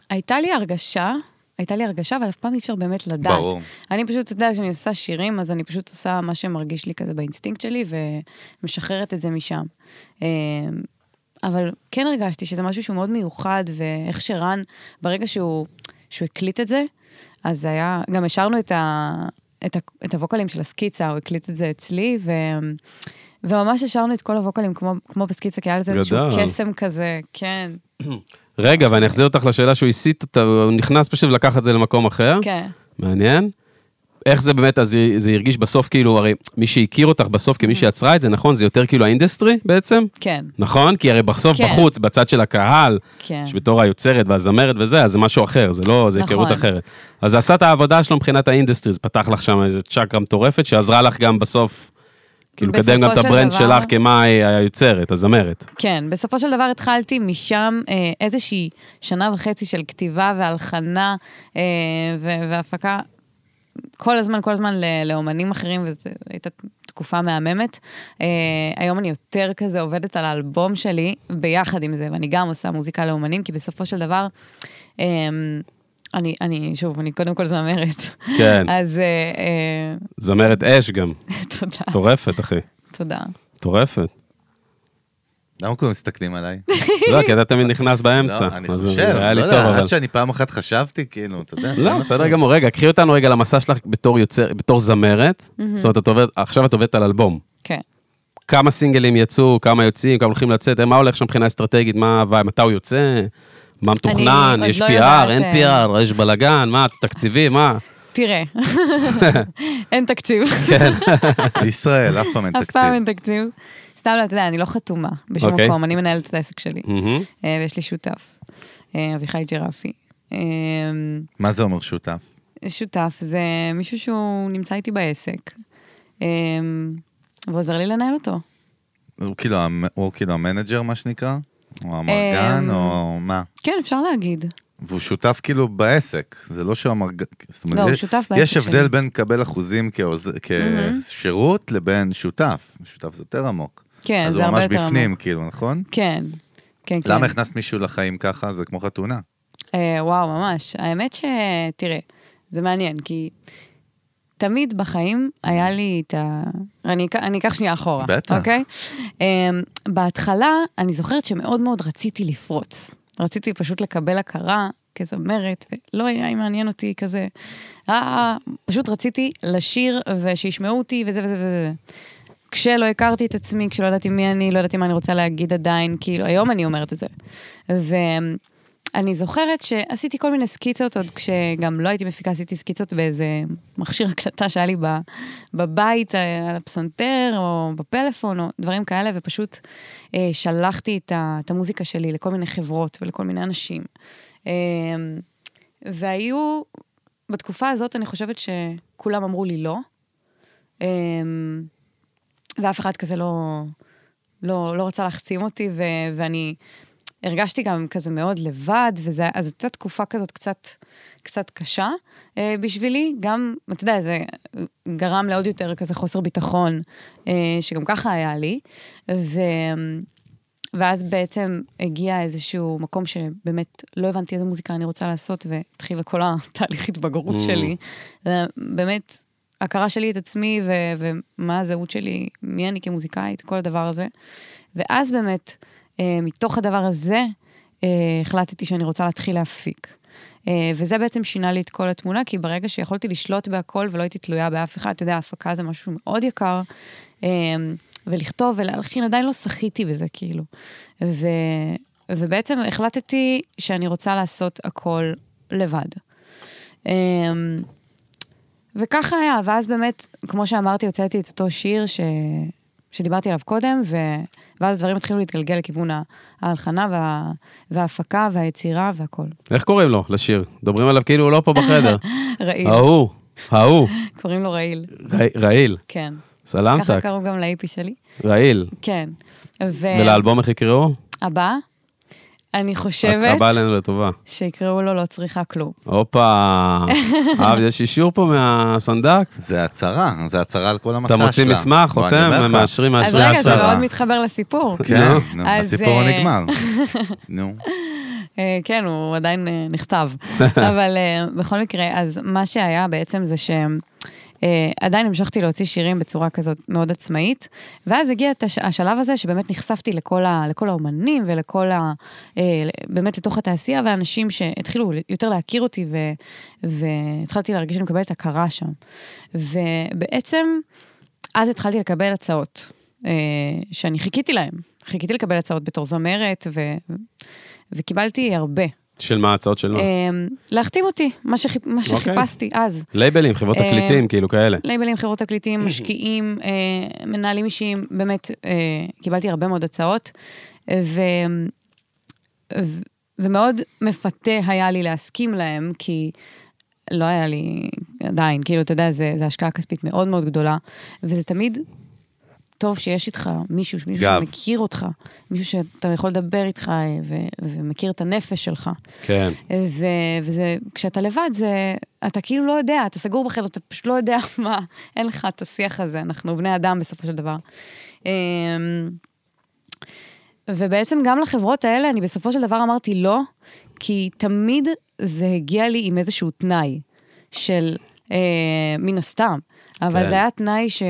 Speaker 4: והייתה לי הרגשה, הייתה לי הרגשה, אבל אף פעם אי אפשר באמת לדעת.
Speaker 1: ברור.
Speaker 4: אני פשוט, אתה יודע, כשאני עושה שירים, אז אני פשוט עושה מה שמרגיש לי כזה באינסטינקט שלי, ומשחררת את זה משם. אה, אבל כן הרגשתי שזה משהו שהוא מאוד מיוחד, ואיך שרן, ברגע שהוא, שהוא הקליט את זה, אז זה היה, גם השארנו את, ה, את, ה, את הווקלים של הסקיצה, הוא הקליט את זה אצלי, ו, וממש השארנו את כל הווקלים כמו, כמו בסקיצה, כי היה לזה איזשהו
Speaker 2: גדל.
Speaker 4: קסם כזה, כן,
Speaker 2: רגע, ואני אחזיר אותך לשאלה שהוא הסיט אותה, הוא נכנס פשוט ולקח את זה למקום אחר.
Speaker 4: כן.
Speaker 2: מעניין. איך זה באמת, אז זה- זה הרגיש בסוף כאילו, הרי מי שהכיר אותך בסוף
Speaker 4: Mm.
Speaker 2: כמי שיצרה את זה, נכון? זה יותר כאילו האינדסטרי בעצם?
Speaker 4: כן,
Speaker 2: נכון? כי הרי בסוף
Speaker 4: כן.
Speaker 2: בחוץ, בצד של הקהל,
Speaker 4: כן.
Speaker 2: שבתור היוצרת והזמרת וזה, אז זה משהו אחר, זה לא, זה
Speaker 4: נכון.
Speaker 2: היכרות אחרת. אז זה עשה את העבודה שלו מבחינת האינדסטרי, זה פתח לך שם איזה צ'קרה מטורפת, שעזרה לך גם בסוף, כאילו,
Speaker 4: בסופו
Speaker 2: לקדם גם את
Speaker 4: של
Speaker 2: הברנד
Speaker 4: דבר-
Speaker 2: שלך כמה היוצרת, הזמרת.
Speaker 4: כן, בסופו של דבר התחלתי משם אה, איזושהי שנה וחצי של כתיבה והלחנה אה, ו- והפקה כל הזמן, כל הזמן ל- לאומנים אחרים, וזו הייתה תקופה מהממת. אה, היום אני יותר כזה עובדת על האלבום שלי ביחד עם זה, ואני גם עושה מוזיקה לאומנים, כי בסופו של דבר, אה, אני, אני, שוב, אני קודם כל זמרת.
Speaker 2: כן.
Speaker 4: אז אה, אה,
Speaker 2: זמרת אש גם,
Speaker 4: תודה,
Speaker 2: מטורפת, אחי,
Speaker 4: תודה.
Speaker 2: מטורפת.
Speaker 1: למה כולם מסתכלים עליי?
Speaker 2: לא, כי אתה תמיד נכנס באמצע.
Speaker 1: לא, אני
Speaker 2: אז זה
Speaker 1: חושב,
Speaker 2: היה לי
Speaker 1: לא
Speaker 2: טוב,
Speaker 1: יודע,
Speaker 2: אבל...
Speaker 1: עד שאני פעם אחת חשבתי, כאילו, אתה יודע.
Speaker 2: לא, בסדר גמור. רגע, קחי אותנו רגע למסע שלך בתור יוצר, בתור זמרת. זאת אומרת, את עובדת- עכשיו את עובדת על אלבום.
Speaker 4: כן.
Speaker 2: כמה סינגלים יצאו, כמה יוצאים, כמה הולכים לצאת, מה הולך שם מבחינה אסטרטגית, מה הוואי, מתי הוא יוצא, מה מתוכנן,
Speaker 4: עוד
Speaker 2: יש
Speaker 4: לא
Speaker 2: PR,
Speaker 4: יודעת,
Speaker 2: אין
Speaker 4: אה.
Speaker 2: PR, יש בלאגן, מה, תקציבי, מה?
Speaker 4: תראה, אין תקציב.
Speaker 1: ישראל, אף פעם אין
Speaker 4: אף
Speaker 1: תקציב.
Speaker 4: פעם אין תקציב. סתם, לא, אתה יודע, אני לא חתומה בשום
Speaker 2: אוקיי.
Speaker 4: מקום, אני מנהלת את העסק שלי,
Speaker 2: מהמם.
Speaker 4: אה, ויש לי שותף, אה, אביחי ג'רפי. אה,
Speaker 1: מה זה אומר שותף?
Speaker 4: שותף זה מישהו שהוא נמצא איתי בעסק, אה, ועוזר לי לנהל אותו.
Speaker 1: הוא כאילו המ- הוא כאילו המנג'ר, מה שנקרא? או המרגן,
Speaker 4: אמ,
Speaker 1: או מה?
Speaker 4: כן, אפשר להגיד.
Speaker 1: והוא שותף כאילו בעסק, זה לא שהוא המרגן. זאת אומרת,
Speaker 4: לא, הוא
Speaker 1: יש-
Speaker 4: שותף בעסק
Speaker 1: יש הבדל
Speaker 4: שלי.
Speaker 1: בין לקבל אחוזים כעוז- כשירות לבין שותף. שותף זה יותר עמוק.
Speaker 4: כן,
Speaker 1: אז
Speaker 4: זה
Speaker 1: הוא
Speaker 4: הרבה
Speaker 1: ממש
Speaker 4: יותר עמוק.
Speaker 1: בפנים, כאילו, נכון?
Speaker 4: כן, כן, כן.
Speaker 1: למה הכנסת מישהו לחיים ככה? זה כמו חתונה.
Speaker 4: אה, וואו, ממש. האמת ש... תראה, זה מעניין, כי תמיד בחיים היה לי את ה... אני, אק- אני אקח שנייה אחורה.
Speaker 1: בטח.
Speaker 4: אוקיי? אה, בהתחלה, אני זוכרת שמאוד מאוד רציתי לפרוץ. רציתי פשוט לקבל הכרה כזמרת, ולא היה מעניין אותי כזה. אה, פשוט רציתי לשיר ושישמעו אותי וזה וזה וזה. כשלא הכרתי את עצמי, כשלא ידעתי מי אני, לא ידעתי מה אני רוצה להגיד עדיין, כאילו, היום אני אומרת את זה. ואני זוכרת שעשיתי כל מיני סקיצות, עוד כשגם לא הייתי מפיקה, עשיתי סקיצות באיזה מכשיר הקלטה שהיה לי ב- בבית, אה, על הפסנתר, או בפלאפון, או דברים כאלה, ופשוט אה, שלחתי את, ה, את המוזיקה שלי לכל מיני חברות ולכל מיני אנשים. אה, והיו, בתקופה הזאת אני חושבת שכולם אמרו לי לא. אה, ואף אחד כזה לא, לא, לא רצה להחצים אותי, ו, ואני הרגשתי גם כזה מאוד לבד, וזה, אז הייתה תקופה כזאת קצת, קצת קשה אה, בשבילי. גם, אתה יודע, זה גרם לעוד יותר כזה חוסר ביטחון, אה, שגם ככה היה לי. ו, ואז בעצם הגיע איזשהו מקום שבאמת לא הבנתי איזה מוזיקה אני רוצה לעשות, והתחיל כל התהליך התבגרות שלי. באמת, הכרה שלי את עצמי ו- ומה הזהות שלי, מי אני כמוזיקאית, כל הדבר הזה. ואז באמת, אה, מתוך הדבר הזה, אה, החלטתי שאני רוצה להתחיל להפיק. אה, וזה בעצם שינה לי את כל התמונה, כי ברגע שיכולתי לשלוט בהכל ולא הייתי תלויה באף אחד, אתה יודע, הפקה זה משהו מאוד יקר, אה, ולכתוב ולהלחין, עדיין לא שחיתי בזה, כאילו. ו, ובעצם החלטתי שאני רוצה לעשות הכל לבד. אה, וככה היה, ואז באמת, כמו שאמרתי, הוצאתי את אותו שיר ש... שדיברתי עליו קודם, ו... ואז דברים התחילו להתגלגל לכיוון ה- ההלחנה וה... וההפקה והיצירה והכל.
Speaker 2: איך קוראים לו, לשיר? מדברים עליו כאילו הוא לא פה בחדר.
Speaker 4: רעיל,
Speaker 2: ההוא, ההוא,
Speaker 4: קוראים לו רעיל,
Speaker 2: רע- רעיל,
Speaker 4: כן. ככה
Speaker 2: סלמתק,
Speaker 4: קראו גם לאיפי שלי,
Speaker 2: רעיל.
Speaker 4: כן. ו...
Speaker 2: ולאלבום איך יקראו?
Speaker 4: הבא, אני חושבת
Speaker 2: הבא עלינו לטובה.
Speaker 4: שיקראו לו לא צריכה כלום.
Speaker 2: הופה, אה, יש אישור פה מהסנדק?
Speaker 1: זה הצהרה, זה הצהרה על כל המסע
Speaker 2: אתה
Speaker 1: שלה.
Speaker 2: מוציא מסמך,
Speaker 1: בוא, אני אומר
Speaker 2: חותם,
Speaker 1: לך.
Speaker 2: מאשרים,
Speaker 4: אז
Speaker 2: מאשרים.
Speaker 4: רגע, זה
Speaker 1: הצהרה.
Speaker 4: מאוד מתחבר לסיפור.
Speaker 1: כן, נו,
Speaker 4: לא? אז,
Speaker 1: הסיפור
Speaker 4: אה,
Speaker 1: נגמר. נו,
Speaker 4: אה, כן, הוא עדיין אה, נכתב. אבל אה, בכל מקרה, אז מה שהיה בעצם זה שעדיין המשכתי להוציא שירים בצורה כזאת מאוד עצמאית, ואז הגיע את הש- השלב הזה שבאמת נחשפתי לכל, ה, לכל האומנים ולכל ה... אה, ל- באמת לתוך התעשייה, ואנשים שהתחילו יותר להכיר אותי, ו, והתחלתי להרגיש שאני מקבלת הכרה שם. ובעצם... אז התחלתי לקבל הצעות, אה, שאני חיכיתי להן. חיכיתי לקבל הצעות בתור זמרת, ו... וקיבלתי הרבה.
Speaker 2: של מה ההצעות שלו?
Speaker 4: אה, להחתים אותי, מה, שחיפ... מה
Speaker 2: לא. אוקיי.
Speaker 4: שחיפשתי אז.
Speaker 2: לייבלים, חברות
Speaker 4: אה,
Speaker 2: תקליטים, כאילו כאלה.
Speaker 4: לייבלים, חברות תקליטים, משקיעים, אה, מנהלים אישיים, באמת, אה, קיבלתי הרבה מאוד הצעות, אה, ו... ו... ומאוד מפתה היה לי להסכים להם, כי לא היה לי עדיין, כאילו, אתה יודע, זה, זה השקעה כספית מאוד מאוד גדולה, וזה תמיד טוב שיש איתך מישהו, מישהו
Speaker 1: גב.
Speaker 4: שמכיר אותך, מישהו שאתה יכול לדבר איתך אה, ו... ומכיר את הנפש שלך.
Speaker 2: כן.
Speaker 4: ו, וזה, כשאתה לבד, זה, אתה כאילו לא יודע, אתה סגור בחדר, אתה פשוט לא יודע מה, אין לך את השיח הזה, אנחנו בני אדם בסופו של דבר. אמ, ובעצם גם לחברות האלה, אני בסופו של דבר אמרתי לא, כי תמיד זה הגיע לי עם איזשהו תנאי של אה, מן הסתם. אבל
Speaker 2: כן.
Speaker 4: זה היה תנאי ש...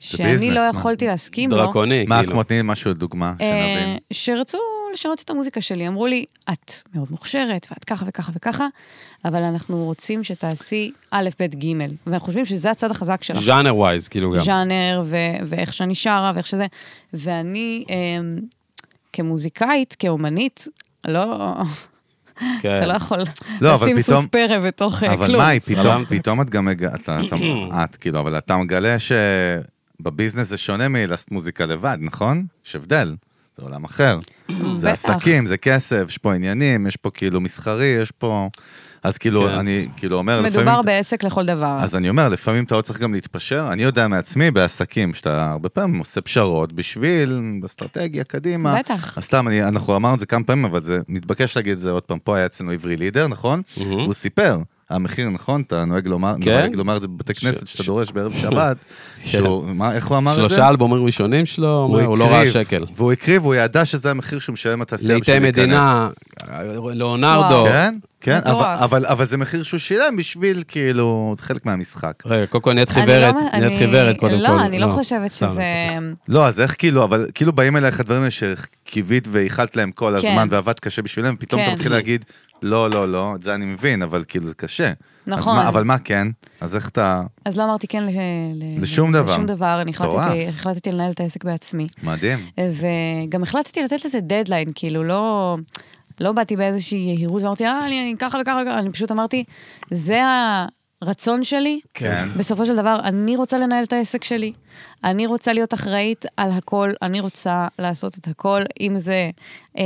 Speaker 4: שאני
Speaker 1: ביזנס,
Speaker 4: לא
Speaker 1: מה?
Speaker 4: יכולתי להסכים לא. לו.
Speaker 2: דרקוני,
Speaker 1: מה,
Speaker 2: כאילו.
Speaker 1: כמו תני לי משהו לדוגמה,
Speaker 4: אה,
Speaker 1: שנבין.
Speaker 4: שרצו לשנות את המוזיקה שלי. אמרו לי, את מאוד מוכשרת, ואת ככה וככה וככה, אבל אנחנו רוצים שתעשי א', ב', ג', ואנחנו חושבים שזה הצד החזק שלך.
Speaker 2: ז'אנר ווייז, כאילו גם.
Speaker 4: ז'אנר, ו- ואיך שאני שרה, ואיך שזה. ואני, אמ, כמוזיקאית, כאומנית, לא,
Speaker 2: כן.
Speaker 4: אתה לא יכול
Speaker 1: לא, אבל
Speaker 4: לשים
Speaker 1: פתאום-
Speaker 4: סוס פרא בתוך אה, כלום.
Speaker 1: אבל מאי, פתאום,
Speaker 2: סלמת.
Speaker 1: פתאום את גם, מג- אתה, אתה, את כאילו, אבל אתה מגלה שבביזנס זה שונה מלעשות מוזיקה לבד, נכון? יש הבדל, זה עולם אחר. זה
Speaker 4: בטח.
Speaker 1: עסקים, זה כסף, יש פה עניינים, יש פה כאילו מסחרי, יש פה... אז כאילו,
Speaker 2: כן.
Speaker 1: אני כאילו אומר,
Speaker 4: מדובר
Speaker 1: לפעמים...
Speaker 4: בעסק לכל דבר.
Speaker 1: אז אני אומר, לפעמים אתה עוד צריך גם להתפשר. אני יודע מעצמי בעסקים, שאתה הרבה פעמים עושה פשרות בשביל, אסטרטגיה, קדימה.
Speaker 4: בטח.
Speaker 1: אז סתם, אני, אנחנו אמרנו את זה כמה פעמים, אבל זה מתבקש להגיד את זה עוד פעם. פה היה אצלנו עברי לידר, נכון?
Speaker 2: מהמם.
Speaker 1: והוא סיפר, המחיר, נכון? אתה נוהג לומר,
Speaker 2: כן?
Speaker 1: נוהג לומר את זה בבתי כנסת
Speaker 2: ש-
Speaker 1: שאתה
Speaker 2: ש- כן.
Speaker 1: דורש בערב שבת, שהוא, מה, איך הוא אמר את זה?
Speaker 2: שלושה אלבומים ראשונים שלו, הוא, הוא לא ראה
Speaker 1: הקריב,
Speaker 2: שקל.
Speaker 1: והוא הקריב, הוא ידע שזה המחיר שהוא משלם לתעשייה
Speaker 2: לעיתי
Speaker 1: בשביל להיכנס.
Speaker 2: מדינה, אה, ליאונרדו.
Speaker 4: וואו.
Speaker 1: כן, כן,
Speaker 4: מטורף.
Speaker 1: אבל, אבל, אבל זה מחיר שהוא שילם בשביל, כאילו, זה חלק מהמשחק.
Speaker 2: רגע, קודם כל נהיית
Speaker 4: אני
Speaker 2: חיוורת,
Speaker 4: לא-
Speaker 2: נהיית
Speaker 4: אני-
Speaker 2: חיוורת קודם כל.
Speaker 4: לא, אני לא חושבת
Speaker 2: סתם,
Speaker 4: שזה...
Speaker 2: אני
Speaker 1: לא, אז איך כאילו, אבל כאילו באים אלייך הדברים האלה שקיווית וייחלת להם כל
Speaker 4: כן.
Speaker 1: הזמן ועבדת קשה בשבילם, פתאום אתה
Speaker 4: כן.
Speaker 1: מתחיל להגיד, לא, לא, לא, את זה אני מבין, אבל כאילו זה קשה. אז
Speaker 4: נכון.
Speaker 1: מה- אבל מה כן? אז איך אתה...
Speaker 4: אז לא אמרתי כן ל- ל-
Speaker 1: לשום דבר.
Speaker 4: לשום דבר, אני
Speaker 1: מטורף.
Speaker 4: החלטתי- החלטתי לנהל את העסק בעצמי.
Speaker 1: מדהים.
Speaker 4: וגם החלטתי לתת לזה דדליין, כאילו, לא... לא באתי באיזושהי יהירות ואמרתי, אה, אני, אני ככה וככה, וככה", אני פשוט אמרתי, זה הרצון שלי.
Speaker 1: כן.
Speaker 4: בסופו של דבר, אני רוצה לנהל את העסק שלי. אני רוצה להיות אחראית על הכל, אני רוצה לעשות את הכל, אם זה אה,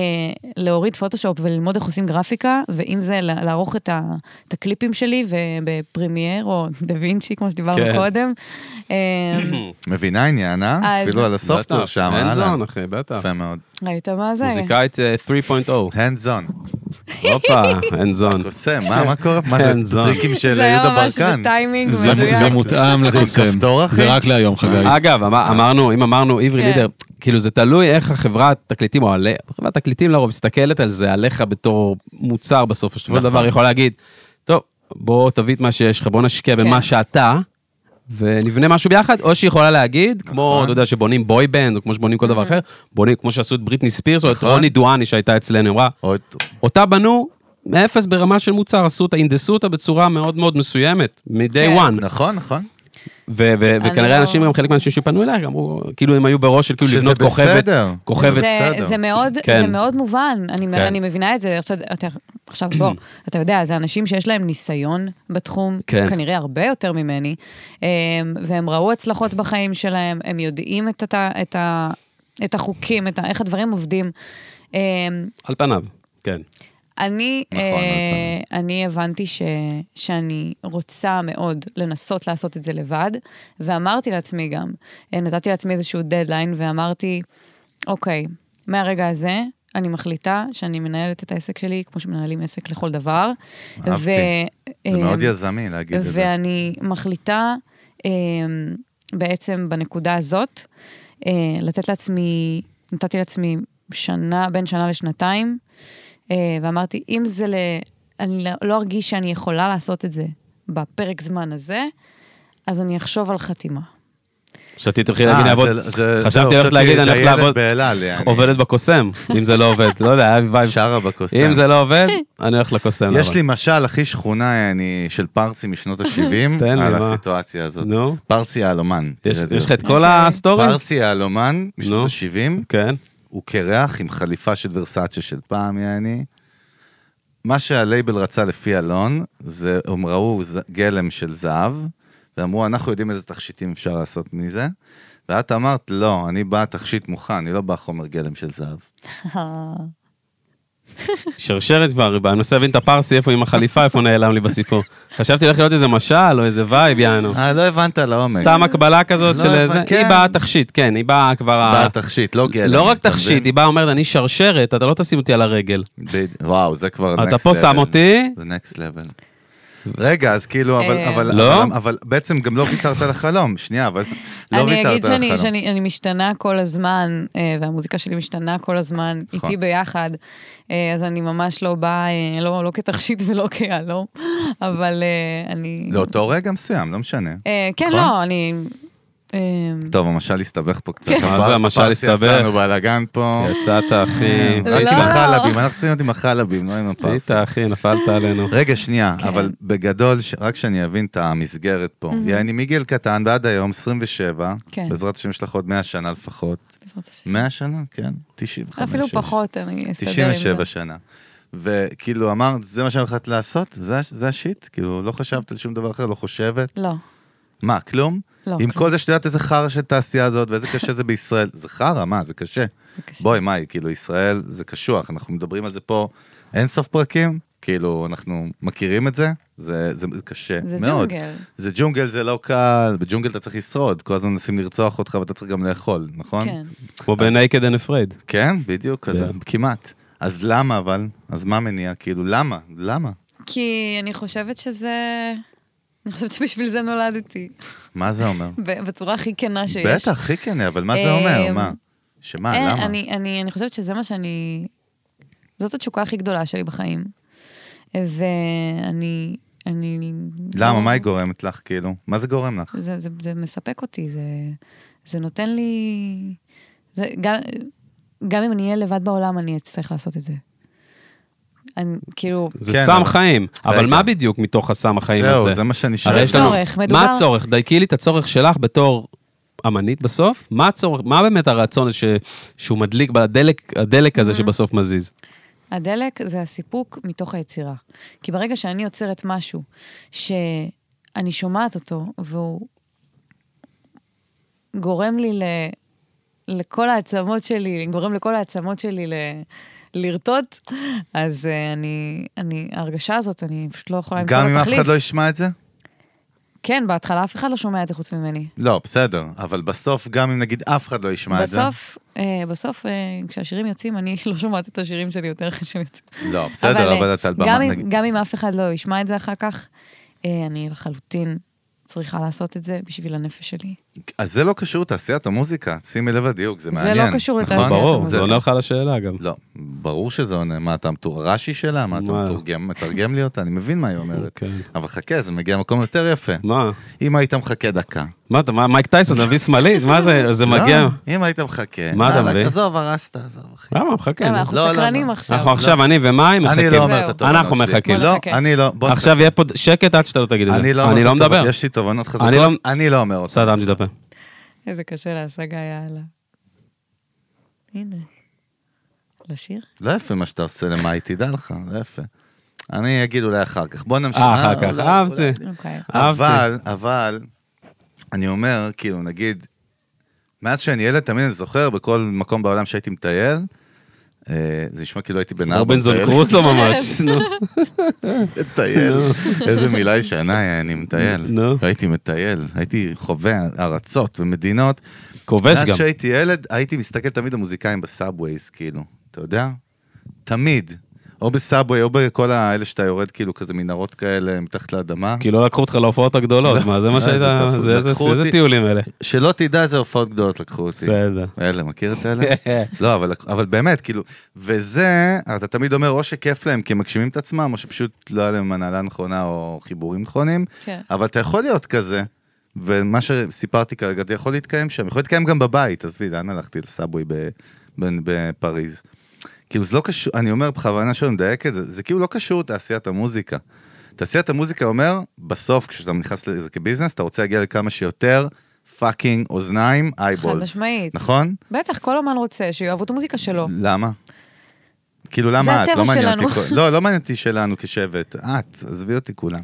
Speaker 4: להוריד פוטושופ וללמוד איך עושים גרפיקה, ואם זה ל- לערוך את, ה, את הקליפים שלי ו- בפרמייר או דה וינצ'י, כמו שדיברנו
Speaker 2: כן.
Speaker 4: כן. קודם. אה,
Speaker 1: מבינה עניין, אה?
Speaker 4: אז-
Speaker 1: אפילו על הסופטור
Speaker 2: בטח,
Speaker 1: שם,
Speaker 2: hands
Speaker 1: אהלן.
Speaker 2: on, אחי, בטח.
Speaker 1: יפה מאוד.
Speaker 4: ראית מה זה?
Speaker 2: מוזיקאית אה, 3.0.
Speaker 1: hands on.
Speaker 2: הופה, hands on.
Speaker 1: קוסם, מה מה קורה? מה זה
Speaker 2: hands on.
Speaker 1: טריקים של
Speaker 4: זה היה
Speaker 1: יהודה
Speaker 4: ממש
Speaker 1: ברקן?
Speaker 4: בטיימינג
Speaker 3: זה
Speaker 4: מדויק.
Speaker 3: זה מותאם
Speaker 1: זה עם
Speaker 3: לקוסם.
Speaker 1: כפתור, אחי?
Speaker 3: זה רק להיום, חגי.
Speaker 2: אגב,
Speaker 1: אה.
Speaker 2: אמר- אמרנו, אם אמרנו עברי
Speaker 4: כן.
Speaker 2: לידר, כאילו זה תלוי איך החברת תקליטים, או עלי- חברת תקליטים לרוב מסתכלת על זה, עליך בתור מוצר בסוף, שבסופו של
Speaker 1: נכון.
Speaker 2: דבר יכול להגיד, טוב, בוא תביא את מה שיש לך, בוא נשקיע
Speaker 4: כן.
Speaker 2: במה שאתה, ונבנה משהו ביחד, או שהיא יכולה להגיד, כמו,
Speaker 1: נכון.
Speaker 2: אתה יודע, שבונים בוי בנד, או כמו שבונים כל
Speaker 4: אה.
Speaker 2: דבר אחר, בונים, כמו שעשו את בריטני ספירס, או את
Speaker 1: נכון.
Speaker 2: רוני דואני שהייתה אצלנו, אמרה,
Speaker 1: עוד-
Speaker 2: אותה בנו מאפס ברמה של מוצר, עשו אותה, הנדסו אותה בצורה מאוד מאוד מסוימת, מ-day
Speaker 4: כן.
Speaker 2: one.
Speaker 1: נכון, נכון.
Speaker 2: ו- ו-
Speaker 4: אני
Speaker 2: וכנראה
Speaker 4: לא-
Speaker 2: אנשים, גם חלק מהאנשים שפנו אליי, אמרו, כאילו הם היו בראש של כאילו
Speaker 1: שזה
Speaker 2: לבנות כוכבת,
Speaker 1: בסדר.
Speaker 2: כוכבת,
Speaker 4: זה-
Speaker 1: בסדר.
Speaker 4: זה מאוד,
Speaker 2: כן.
Speaker 4: זה מאוד מובן, אני, מ-
Speaker 2: כן.
Speaker 4: אני מבינה את זה. עכשיו, אתה, עכשיו בוא, אתה יודע, זה אנשים שיש להם ניסיון בתחום,
Speaker 2: כן.
Speaker 4: כנראה הרבה יותר ממני, אמ, והם ראו הצלחות בחיים שלהם, הם יודעים את, את, ה- את, ה- את החוקים, את, ה- איך הדברים עובדים. אמ,
Speaker 2: על פניו, כן.
Speaker 4: אני,
Speaker 1: נכון,
Speaker 4: אה,
Speaker 1: נכון.
Speaker 4: אני הבנתי ש, שאני רוצה מאוד לנסות לעשות את זה לבד, ואמרתי לעצמי גם, אה, נתתי לעצמי איזשהו דדליין, ואמרתי, אוקיי, מהרגע הזה אני מחליטה שאני מנהלת את העסק שלי כמו שמנהלים עסק לכל דבר.
Speaker 1: אהבתי. זה
Speaker 4: אה,
Speaker 1: מאוד יזמי להגיד את זה.
Speaker 4: ואני מחליטה אה, בעצם בנקודה הזאת, אה, לתת לעצמי, נתתי לעצמי שנה, בין שנה לשנתיים, אה, ואמרתי, אם זה ל... אני לא- לא ארגיש שאני יכולה לעשות את זה בפרק זמן הזה, אז אני אחשוב על חתימה.
Speaker 2: חשבתי תלכי
Speaker 1: אה,
Speaker 2: להגיד
Speaker 1: זה-
Speaker 2: לעבוד,
Speaker 1: זה- לא, זהו,
Speaker 2: חשבתי הולכת
Speaker 1: חשבתי
Speaker 2: להגיד, אני הולכת
Speaker 1: לילד
Speaker 2: לעבוד,
Speaker 1: באלעל, יעני.
Speaker 2: עובדת בקוסם, אם זה לא עובד, לא יודע, היה לי וייב,
Speaker 1: שרה בקוסם.
Speaker 2: אם זה לא עובד, אני הולך לקוסם.
Speaker 1: יש
Speaker 2: לעבוד.
Speaker 1: לי משל הכי שכונה אני, של פרסי משנות ה-70,
Speaker 2: תן לי,
Speaker 1: על
Speaker 2: מה?
Speaker 1: הסיטואציה הזאת.
Speaker 2: נו,
Speaker 1: פרסי יהלומן.
Speaker 2: יש
Speaker 1: תראה, זה
Speaker 2: יש לך את כל
Speaker 4: אוקיי.
Speaker 2: הסטורי?
Speaker 1: פרסי יהלומן
Speaker 2: נו.
Speaker 1: משנות ה-70,
Speaker 2: כן,
Speaker 1: הוא קרח עם חליפה של ורסאצ'ה של פעם, יעני. מה שהלייבל רצה לפי אלון, זה הם ראו ז- גלם של זהב, ואמרו, אנחנו יודעים איזה תכשיטים אפשר לעשות מזה. ואת אמרת, לא, אני באה תכשיט מוכן, אני לא באה חומר גלם של זהב.
Speaker 2: שרשרת והריבה, אני מנסה להבין את הפרסי, איפה עם החליפה, איפה נעלם לי בסיפור. חשבתי הולך להיות איזה משל או איזה וייב, יענו.
Speaker 1: אה, לא הבנת לעומק.
Speaker 2: אוקיי. סתם הקבלה כזאת
Speaker 1: לא,
Speaker 2: של
Speaker 1: אבל
Speaker 2: זה, היא
Speaker 1: כן.
Speaker 2: באה תכשיט, כן, היא באה כבר... ה-
Speaker 1: באה תכשיט, לא גלם.
Speaker 2: לא רק
Speaker 1: אתה מבין?
Speaker 2: תכשיט, היא באה אומרת, אני שרשרת, אתה לא תשים אותי על הרגל.
Speaker 1: בד- וואו, זה כבר next
Speaker 2: אתה פה
Speaker 1: level.
Speaker 2: שם אותי,
Speaker 1: זה נקסט לבל. רגע, אז כאילו, אבל,
Speaker 4: אה,
Speaker 1: אבל,
Speaker 2: לא?
Speaker 1: אבל, אבל בעצם גם לא ויתרת על החלום. שנייה, אבל לא ויתרת על
Speaker 4: אני
Speaker 1: החלום.
Speaker 4: אגיד שאני, שאני אני משתנה כל הזמן, אה, והמוזיקה שלי משתנה כל הזמן,
Speaker 1: נכון.
Speaker 4: איתי ביחד, אה, אז אני ממש לא באה, אה, לא, לא כתכשיט ולא כיהלום, אבל אה, אני...
Speaker 1: לאותו רגע מסוים, לא משנה.
Speaker 4: אה, כן,
Speaker 1: נכון?
Speaker 4: לא, אני... אה,
Speaker 1: טוב, המשל הסתבך פה קצת.
Speaker 4: כן.
Speaker 1: הפאר-
Speaker 2: מה זה המשל
Speaker 1: הפרסי
Speaker 2: הסתבך?
Speaker 1: עשינו בלאגן פה.
Speaker 2: יצאת, אחי.
Speaker 4: לא.
Speaker 1: רק עם החלבים, אנחנו צריכים להיות עם החלבים, לא עם הפרס.
Speaker 2: כן. היית, אחי, נפלת עלינו.
Speaker 1: רגע, שנייה,
Speaker 4: כן.
Speaker 1: אבל בגדול, ש- רק שאני אבין את המסגרת פה. יעני, מגיל קטן ועד היום, 27,
Speaker 4: כן.
Speaker 1: בעזרת השם יש לך עוד 100 שנה לפחות.
Speaker 4: בעזרת השם.
Speaker 1: 100 שנה, כן, 95.
Speaker 4: אפילו
Speaker 1: שש.
Speaker 4: פחות, אני אסתדר עם זה.
Speaker 1: 97 שנה. וכאילו אמרת, זה מה שהולכת לעשות? זה, הש- זה השיט? כאילו, לא חשבת על שום דבר אחר, לא חושבת?
Speaker 4: לא,
Speaker 1: מה, כלום?
Speaker 4: לא.
Speaker 1: עם כל זה שאת יודעת איזה חרא של תעשייה הזאת, ואיזה קשה זה בישראל. זה חרא, מה, זה קשה.
Speaker 4: בבקשה.
Speaker 1: בואי, מאי, כאילו, ישראל זה קשוח, אנחנו מדברים על זה פה אין סוף פרקים, כאילו, אנחנו מכירים את זה, זה, זה קשה
Speaker 4: זה
Speaker 1: מאוד.
Speaker 4: ג'ונגל.
Speaker 1: זה ג'ונגל, זה לא קל, בג'ונגל אתה צריך לשרוד, כל הזמן מנסים לרצוח אותך ואתה צריך גם לאכול, נכון?
Speaker 4: כן.
Speaker 2: כמו ב-Naked and Afraid.
Speaker 1: כן, בדיוק, אז
Speaker 2: כן.
Speaker 1: כמעט. אז למה אבל? אז מה מניע? כאילו, למה? למה?
Speaker 4: כי אני חושבת שזה... אני חושבת שבשביל זה נולדתי,
Speaker 1: מה זה אומר?
Speaker 4: ב- בצורה הכי כנה שיש.
Speaker 1: בטח, הכי כנה, אבל מה זה
Speaker 4: אמ,
Speaker 1: אומר? מה? שמה,
Speaker 4: אה,
Speaker 1: למה?
Speaker 4: אני, אני, אני חושבת שזה מה שאני... זאת התשוקה הכי גדולה שלי בחיים. ואני... אני... לא-
Speaker 1: למה? מה היא גורמת לך, כאילו? מה זה גורם לך?
Speaker 4: זה, זה, זה מספק אותי, זה, זה נותן לי... זה, גם, גם אם אני אהיה לבד בעולם, אני אצטרך לעשות את זה. אני, כאילו,
Speaker 2: זה
Speaker 1: כן,
Speaker 2: סם
Speaker 1: אבל-
Speaker 2: חיים, אבל
Speaker 1: רגע.
Speaker 2: מה בדיוק מתוך הסם החיים הזה?
Speaker 1: זהו, זה מה שאני
Speaker 2: הרי
Speaker 1: שואל.
Speaker 2: יש לנו-
Speaker 4: צורך, מדובר-
Speaker 2: מה הצורך? דייקי לי את הצורך שלך בתור אמנית בסוף. מה הצורך, מה באמת הרצון ש- שהוא מדליק בדלק, הדלק
Speaker 4: Mm-hmm.
Speaker 2: הזה שבסוף מזיז?
Speaker 4: הדלק זה הסיפוק מתוך היצירה. כי ברגע שאני יוצרת משהו שאני שומעת אותו, והוא גורם לי ל... לכל העצמות שלי, גורם לכל העצמות שלי ל... לרטוט, אז אה, אני, אני, ההרגשה הזאת, אני פשוט לא יכולה למצוא
Speaker 1: גם אם
Speaker 4: לה
Speaker 1: אף
Speaker 4: תחליף.
Speaker 1: אחד לא ישמע את זה?
Speaker 4: כן, בהתחלה אף אחד לא שומע את זה חוץ ממני.
Speaker 1: לא, בסדר, אבל בסוף, גם אם נגיד אף אחד לא ישמע את זה...
Speaker 4: בסוף, אה, בסוף, אה, כשהשירים יוצאים, אני לא שומעת את השירים שלי יותר אחרי שהם יוצאים.
Speaker 1: לא, בסדר,
Speaker 4: אה,
Speaker 1: אבל את על במה,
Speaker 4: גם, אם,
Speaker 1: נגיד.
Speaker 4: גם אם אף אחד לא ישמע את זה אחר כך, אה, אני לחלוטין צריכה לעשות את זה בשביל הנפש שלי.
Speaker 1: אז זה לא קשור לתעשיית המוזיקה, שימי לב לדיוק, זה
Speaker 4: זה
Speaker 1: מעניין.
Speaker 4: לא קשור
Speaker 1: נכון?
Speaker 4: לתעשיית
Speaker 2: ברור,
Speaker 4: אתה
Speaker 2: זה
Speaker 1: זה-
Speaker 2: עונה לך על השאלה גם.
Speaker 1: לא, ברור שזה עונה. מה, אתה המטור- רש"י שלה? מה, אתה
Speaker 2: מה?
Speaker 1: מתורגם- מתרגם לי אותה? אני מבין מה היא אומרת.
Speaker 2: אוקיי.
Speaker 1: אבל חכה, זה מגיע למקום יותר יפה.
Speaker 2: מה?
Speaker 1: אם היית מחכה דקה.
Speaker 2: מה אתה, מה, מייק טייסון, תביא שמאלית? מה זה, זה מגיע?
Speaker 1: לא, אם היית מחכה.
Speaker 2: מה אתה
Speaker 1: יאללה,
Speaker 2: מבין?
Speaker 1: עזוב, הרסת, עזוב, אחי.
Speaker 2: למה, מחכה.
Speaker 4: כן,
Speaker 2: נו.
Speaker 4: אנחנו
Speaker 1: לא, לא,
Speaker 4: סקרנים
Speaker 1: לא.
Speaker 4: עכשיו.
Speaker 2: אנחנו עכשיו, אני ומאי
Speaker 1: אני
Speaker 2: מחכים.
Speaker 1: לא אומר את
Speaker 4: זהו.
Speaker 1: התובנות
Speaker 2: אנחנו
Speaker 1: שלי.
Speaker 2: מחכים.
Speaker 1: לא,
Speaker 4: בוא
Speaker 1: אני לא, בוא
Speaker 2: עכשיו יהיה פה שקט עד שאתה לא תגיד את זה.
Speaker 1: אני לא אומר
Speaker 2: אני
Speaker 1: את
Speaker 2: לא
Speaker 1: התובנות,
Speaker 2: מדבר.
Speaker 1: יש לי תובנות
Speaker 2: אני
Speaker 1: חזקות,
Speaker 2: לא-
Speaker 1: אני לא אומר אותן.
Speaker 2: בסדר, אל תדבר.
Speaker 4: איזה קשה להשגה היה לה. הנה. לשיר?
Speaker 1: לא יפה מה שאתה עושה למאי, תדע לך, לא יפה. אני אגיד אולי אחר כך. בוא נמשיך.
Speaker 2: אה, אחר כך.
Speaker 1: אולי-
Speaker 2: אהבתי.
Speaker 4: אוקיי.
Speaker 2: אהבתי.
Speaker 1: אבל, אבל, אני אומר, כאילו, נגיד, מאז שאני ילד, תמיד אני זוכר, בכל מקום בעולם שהייתי מטייל, אה, זה נשמע כאילו הייתי בן ארבע.
Speaker 2: רובינזון
Speaker 1: מטייל.
Speaker 2: קרוסו ממש. נו.
Speaker 1: מטייל, איזה מילה ישנה, אני מטייל.
Speaker 2: נו.
Speaker 1: הייתי מטייל, הייתי חווה ארצות ומדינות.
Speaker 2: כובש גם.
Speaker 1: מאז שהייתי ילד, הייתי מסתכל תמיד על מוזיקאים בסאבווייז, כאילו, אתה יודע? תמיד. או בסאבווי, או בכל האלה שאתה יורד, כאילו, כזה מנהרות כאלה מתחת לאדמה.
Speaker 2: כי לא לקחו אותך להופעות הגדולות,
Speaker 1: לא.
Speaker 2: מה זה מה
Speaker 1: אה, זה
Speaker 2: שהייתה,
Speaker 1: טוב,
Speaker 2: זה- זה-
Speaker 1: לקחו
Speaker 2: איזה
Speaker 1: אותי.
Speaker 2: טיולים אלה.
Speaker 1: שלא תדע איזה הופעות גדולות לקחו אותי.
Speaker 2: בסדר.
Speaker 1: אלה, מכיר את אלה? לא, אבל, אבל באמת, כאילו, וזה, אתה תמיד אומר, או שכיף להם כי הם מגשימים את עצמם, או שפשוט לא היה להם הנהלה נכונה או חיבורים נכונים,
Speaker 4: כן.
Speaker 1: אבל אתה יכול להיות כזה, ומה שסיפרתי כרגע, אתה יכול להתקיים שם, יכול להתקיים גם בבית, עזבי, לאן הלכתי? לסאבווי ב- ב- בפריז. כאילו, זה לא קשור, אני אומר בכוונה שאני מדייק את זה, זה כאילו לא קשור לתעשיית המוזיקה. תעשיית המוזיקה אומר, בסוף, כשאתה נכנס לזה כביזנס, אתה רוצה להגיע לכמה שיותר פאקינג אוזניים, אייבולס.
Speaker 4: משמעית.
Speaker 1: נכון?
Speaker 4: בטח, כל אומן רוצה שיאהבו את המוזיקה שלו.
Speaker 1: למה? כאילו, למה את?
Speaker 4: הטבע
Speaker 1: לא מעניין אותי
Speaker 4: שלנו.
Speaker 1: כל- לא, לא מעניין אותי שלנו כשבט. את, עזבי אותי כולם.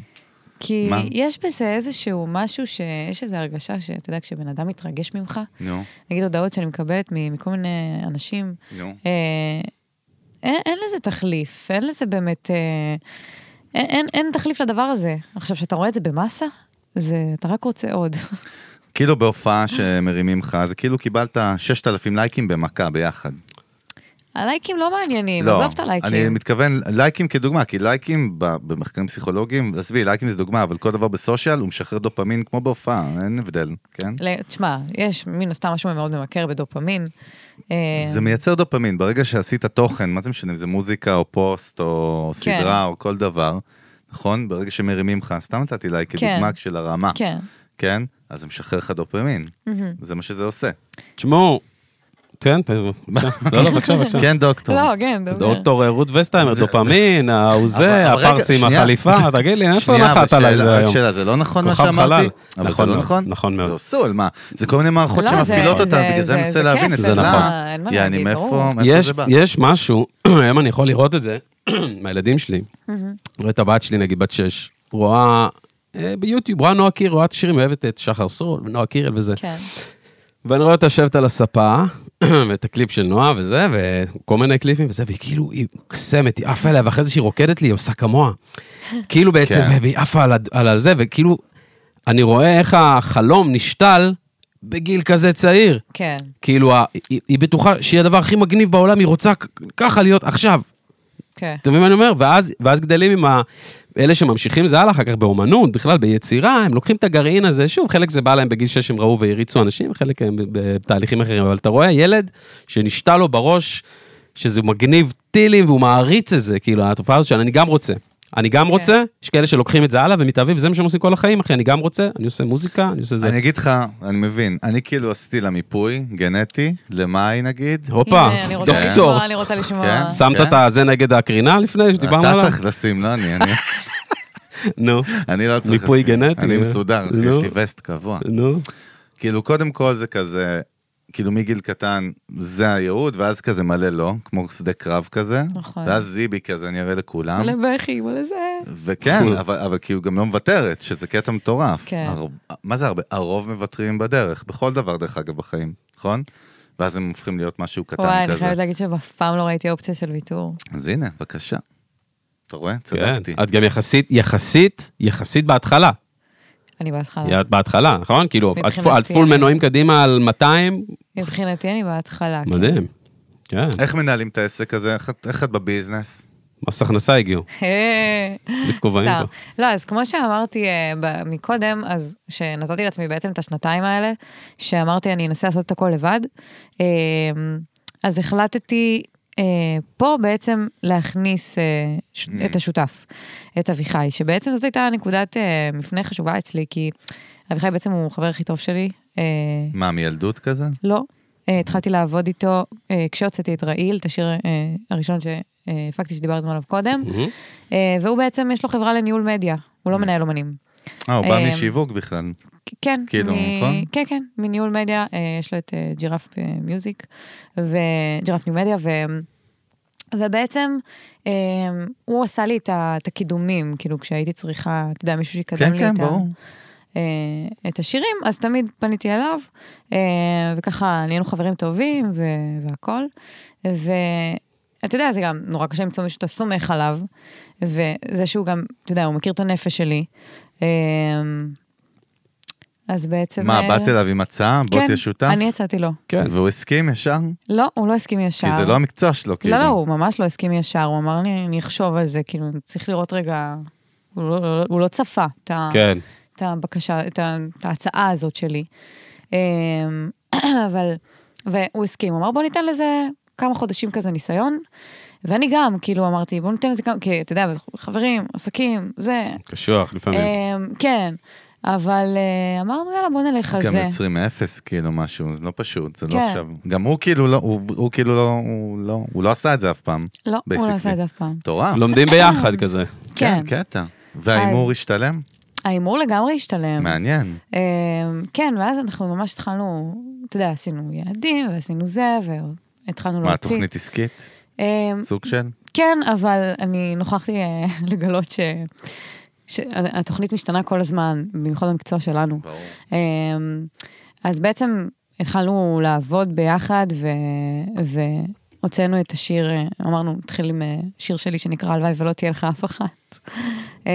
Speaker 4: כי
Speaker 1: מה?
Speaker 4: יש בזה איזשהו משהו שיש איזו הרגשה שאתה יודע, כשבן אדם מתרגש ממך,
Speaker 1: נו,
Speaker 4: נגיד הודעות שאני מקבלת מ- מכל מיני אנשים,
Speaker 1: נו.
Speaker 4: אה, אין, אין לזה תחליף, אין לזה באמת... אה, אין, אין, אין תחליף לדבר הזה. עכשיו, כשאתה רואה את זה במאסה, זה, אתה רק רוצה עוד.
Speaker 1: כאילו בהופעה שמרימים לך, זה כאילו קיבלת 6,000 לייקים במכה ביחד.
Speaker 4: הלייקים לא מעניינים,
Speaker 1: לא,
Speaker 4: עזוב את
Speaker 1: אני
Speaker 4: הלייקים.
Speaker 1: מתכוון, לייקים כדוגמה, כי לייקים ב- במחקרים פסיכולוגיים, עזבי, לייקים זה דוגמה, אבל כל דבר בסושיאל, הוא משחרר דופמין כמו בהופעה, אין הבדל, כן?
Speaker 4: ל- תשמע, יש מן הסתם משהו מאוד ממכר בדופמין. אה,
Speaker 1: זה מייצר דופמין, ברגע שעשית תוכן, מה זה משנה אם זה מוזיקה או פוסט או
Speaker 4: כן.
Speaker 1: סדרה או כל דבר, נכון? ברגע שמרימים לך, סתם נתתי לייק
Speaker 4: כן.
Speaker 1: כדוגמה של הרמה,
Speaker 4: כן.
Speaker 1: כן? אז זה משחרר לך דופמין, זה מה שזה עושה.
Speaker 2: תשמעו, כן, ת- בבקשה. לא, לא, בבקשה, בבקשה.
Speaker 1: כן, דוקטור.
Speaker 4: לא, כן, דבר.
Speaker 2: דוקטור אה, רות וסטהיימר, דופמין, אה, ההוא זה,
Speaker 1: אבל רגע,
Speaker 2: הפרסי עם
Speaker 1: שנייה.
Speaker 2: החליפה, תגיד לי, איפה
Speaker 1: שנייה,
Speaker 2: נחת
Speaker 1: אבל
Speaker 2: עליי
Speaker 1: שאלה-
Speaker 2: זה
Speaker 1: רק
Speaker 2: היום?
Speaker 1: שאלה, זה לא נכון מה
Speaker 2: כוכב
Speaker 1: שאמרתי?
Speaker 2: חלל.
Speaker 1: אבל זה
Speaker 2: נכון
Speaker 1: לא
Speaker 2: מאוד,
Speaker 1: נכון?
Speaker 2: נכון מאוד.
Speaker 1: זה אוסול, מה? זה כל מיני מערכות
Speaker 4: לא,
Speaker 1: שמפעילות
Speaker 4: זה-
Speaker 1: אותן,
Speaker 4: זה-
Speaker 1: בגלל זה אני
Speaker 4: זה-
Speaker 1: מנסה
Speaker 4: זה
Speaker 1: להבין
Speaker 4: כיף,
Speaker 2: זה נכון.
Speaker 1: אצלה.
Speaker 4: אין מה
Speaker 1: יעני,
Speaker 4: להגיד, ברור.
Speaker 1: מאיפה מאיפה
Speaker 2: יש,
Speaker 1: זה בא?
Speaker 2: יש משהו, היום אני יכול לראות את זה, מהילדים שלי, רואה את הבת שלי, נגיד בת שש, רואה אה, ביוטיוב, רואה נועה קירל, רואה את השירים, אוהבת את שחר סול, נועה קירל וזה.
Speaker 4: כן.
Speaker 2: ואני רואה אותה יושבת על הספה, ואת הקליפ של נועה וזה, וכל מיני קליפים וזה, והיא כאילו, היא קסמת, היא עפה אליה, ואחרי זה שהיא רוקדת לי, היא עושה כמוה. כאילו בעצם,
Speaker 1: כן.
Speaker 2: והיא עפה על, הד- על הזה, וכאילו, אני רואה איך החלום נשתל בגיל כזה צעיר.
Speaker 4: כן.
Speaker 2: כאילו, ה- היא, היא בטוחה שהיא הדבר הכי מגניב בעולם, היא רוצה כ- ככה להיות עכשיו.
Speaker 4: כן.
Speaker 2: אתה מבין מה אני אומר? ואז, ואז גדלים עם ה... אלה שממשיכים זה הלאה, אחר כך באומנות, בכלל ביצירה, הם לוקחים את הגרעין הזה, שוב, חלק זה בא להם בגיל 6 הם ראו והריצו אנשים, חלק הם ב- בתהליכים אחרים, אבל אתה רואה ילד שנשתה לו בראש, שזה מגניב טילים והוא מעריץ את זה, כאילו, התופעה הזאת שאני גם רוצה. אני גם
Speaker 4: כן.
Speaker 2: רוצה, יש כאלה שלוקחים את זה הלאה ומתאהבים, וזה מה שהם עושים כל החיים, אחי, אני גם רוצה, אני עושה מוזיקה, אני עושה זה.
Speaker 1: אני אגיד לך, אני מבין, אני כאילו עשיתי לה מיפוי גנטי, למאי נגיד.
Speaker 2: הופה,
Speaker 4: הנה, אני רוצה
Speaker 2: דוקטור,
Speaker 4: לשמוע, אני רוצה לשמוע.
Speaker 1: כן.
Speaker 2: שמת
Speaker 1: כן.
Speaker 2: את הזה נגד הקרינה לפני שדיברנו
Speaker 1: אתה
Speaker 2: עליו?
Speaker 1: צריך לשים, לא אני, אני-
Speaker 2: נו,
Speaker 1: אני לא צריך לשים.
Speaker 2: מיפוי גנטי,
Speaker 1: אני
Speaker 2: אה?
Speaker 1: מסודר, אחי,
Speaker 2: לא.
Speaker 1: יש לי וסט קבוע.
Speaker 2: נו.
Speaker 1: כאילו, קודם כל זה כזה, כאילו מגיל קטן, זה הייעוד, ואז כזה מלא לא, כמו שדה קרב כזה.
Speaker 4: נכון.
Speaker 1: ואז זיבי כזה, אני אראה לכולם.
Speaker 4: מלא בכי, מלא זה.
Speaker 1: וכן,
Speaker 2: נכון.
Speaker 1: אבל, אבל כאילו גם לא מוותרת, שזה קטע מטורף.
Speaker 4: כן.
Speaker 1: הר... מה זה הרבה? הרוב מוותרים בדרך, בכל דבר דרך אגב בחיים, נכון? ואז הם הופכים להיות משהו קטן
Speaker 4: וואי,
Speaker 1: כזה.
Speaker 4: אני חייבת להגיד שאף פעם לא ראיתי אופציה של ויתור.
Speaker 1: אז הנה, בבקשה. אתה רואה?
Speaker 2: כן,
Speaker 1: צדקתי.
Speaker 2: את גם יחסית, יחסית, יחסית בהתחלה.
Speaker 4: אני
Speaker 1: אה.
Speaker 4: בהתחלה.
Speaker 2: את בהתחלה, נכון? כאילו, את פו- את
Speaker 4: מבחינתי
Speaker 2: פול
Speaker 4: אני-
Speaker 2: מנועים קדימה על 200,
Speaker 1: אוקיי.
Speaker 4: מבחינתי אני בהתחלה. כן.
Speaker 2: מדהים. כן,
Speaker 1: איך מנהלים את העסק הזה? איך, את- איך את בביזנס?
Speaker 2: מס הכנסה הגיעו, סליף כובעים
Speaker 4: אה, סתם.
Speaker 2: פה.
Speaker 4: לא, אז כמו שאמרתי אה, ב- מקודם, אז שנתתי לעצמי בעצם את השנתיים האלה, שאמרתי אני אנסה לעשות את הכל לבד, אה, אז החלטתי אה, פה בעצם להכניס אה, ש-
Speaker 2: Mm.
Speaker 4: את השותף, את אביחי, שבעצם זאת הייתה נקודת אה, מפנה חשובה אצלי, כי אביחי בעצם הוא החבר הכי טוב שלי. אה,
Speaker 2: Mm.
Speaker 1: מה, מילדות כזה?
Speaker 4: לא. Uh, התחלתי לעבוד איתו uh, כשהוצאתי את רעיל, את השיר uh, הראשון שהפקתי שדיברנו עליו קודם,
Speaker 2: מהמם.
Speaker 1: אה.
Speaker 4: uh, והוא בעצם, יש לו חברה לניהול מדיה, הוא לא מנהל אומנים.
Speaker 1: אה, הוא בא
Speaker 4: אה,
Speaker 1: משיווק בכלל.
Speaker 4: כ- כן,
Speaker 1: כאילו, נכון?
Speaker 4: כן, כן, מניהול מדיה, אה, יש לו את אה, ג'ירף אה, מיוזיק, וג'ירף ניו מדיה, ו... ובעצם אה, הוא עשה לי את ה- את הקידומים, כאילו כשהייתי צריכה, אתה יודע, מישהו שיקדם
Speaker 1: כן,
Speaker 4: לי
Speaker 1: כן,
Speaker 4: את, ה-
Speaker 1: ברור.
Speaker 4: אה, את השירים, אז תמיד פניתי אליו, אה, וככה נהיינו חברים טובים ו- והכל. ואתה יודע, זה גם נורא קשה למצוא מישהו שאתה סומך עליו, וזה שהוא גם, אתה יודע, הוא מכיר את הנפש שלי. אה, אז בעצם...
Speaker 1: מה,
Speaker 4: אה,
Speaker 1: באת אליו עם הצעה? בוא
Speaker 4: כן,
Speaker 1: תהיה שותף?
Speaker 4: אני הצעתי לו.
Speaker 2: כן,
Speaker 1: והוא הסכים ישר?
Speaker 4: לא, הוא לא הסכים ישר.
Speaker 1: כי זה לא המקצוע שלו, כאילו.
Speaker 4: לא, לא, הוא ממש לא הסכים ישר, הוא אמר לי, אני אחשוב על זה, כאילו, צריך לראות רגע... הוא לא, הוא לא צפה את ה...
Speaker 2: כן.
Speaker 4: את הבקשה, את, ה, את ההצעה הזאת שלי. אמ, אבל, והוא הסכים, הוא אמר בוא ניתן לזה כמה חודשים כזה ניסיון. ואני גם, כאילו, אמרתי, בוא ניתן לזה כמה, כי אתה יודע, חברים, עסקים, זה,
Speaker 2: קשוח לפעמים.
Speaker 1: אה.
Speaker 4: אמ, כן. אבל אה, אמרנו, יאללה, בוא נלך על
Speaker 1: גם
Speaker 4: זה.
Speaker 1: יוצרים מאפס, כאילו משהו, זה לא פשוט, זה לא
Speaker 4: כן.
Speaker 1: עכשיו. גם הוא כאילו לא, הוא הוא כאילו לא, הוא לא, הוא לא עשה את זה אף פעם.
Speaker 4: לא, הוא
Speaker 1: basically.
Speaker 4: לא עשה את זה אף פעם.
Speaker 1: מטורף.
Speaker 2: לומדים ביחד כזה.
Speaker 4: כן.
Speaker 1: קטע. וההימור השתלם?
Speaker 4: ההימור לגמרי השתלם.
Speaker 1: מעניין.
Speaker 4: אמ, כן, ואז אנחנו ממש התחלנו, אתה יודע, עשינו יעדים, ועשינו זה, והתחלנו
Speaker 1: מה,
Speaker 4: להוציא.
Speaker 1: תוכנית עסקית?
Speaker 4: אמ,
Speaker 1: סוג של?
Speaker 4: כן, אבל אני נוכחתי אה, לגלות ש... שהתוכנית משתנה כל הזמן, במיוחד במקצוע שלנו.
Speaker 1: ברור.
Speaker 4: אמ, אז בעצם התחלנו לעבוד ביחד ו... ו... הוצאנו את השיר, אה, אמרנו, נתחיל עם אה, שיר שלי שנקרא הלוואי ולא תהיה לך אף אחת. אמ,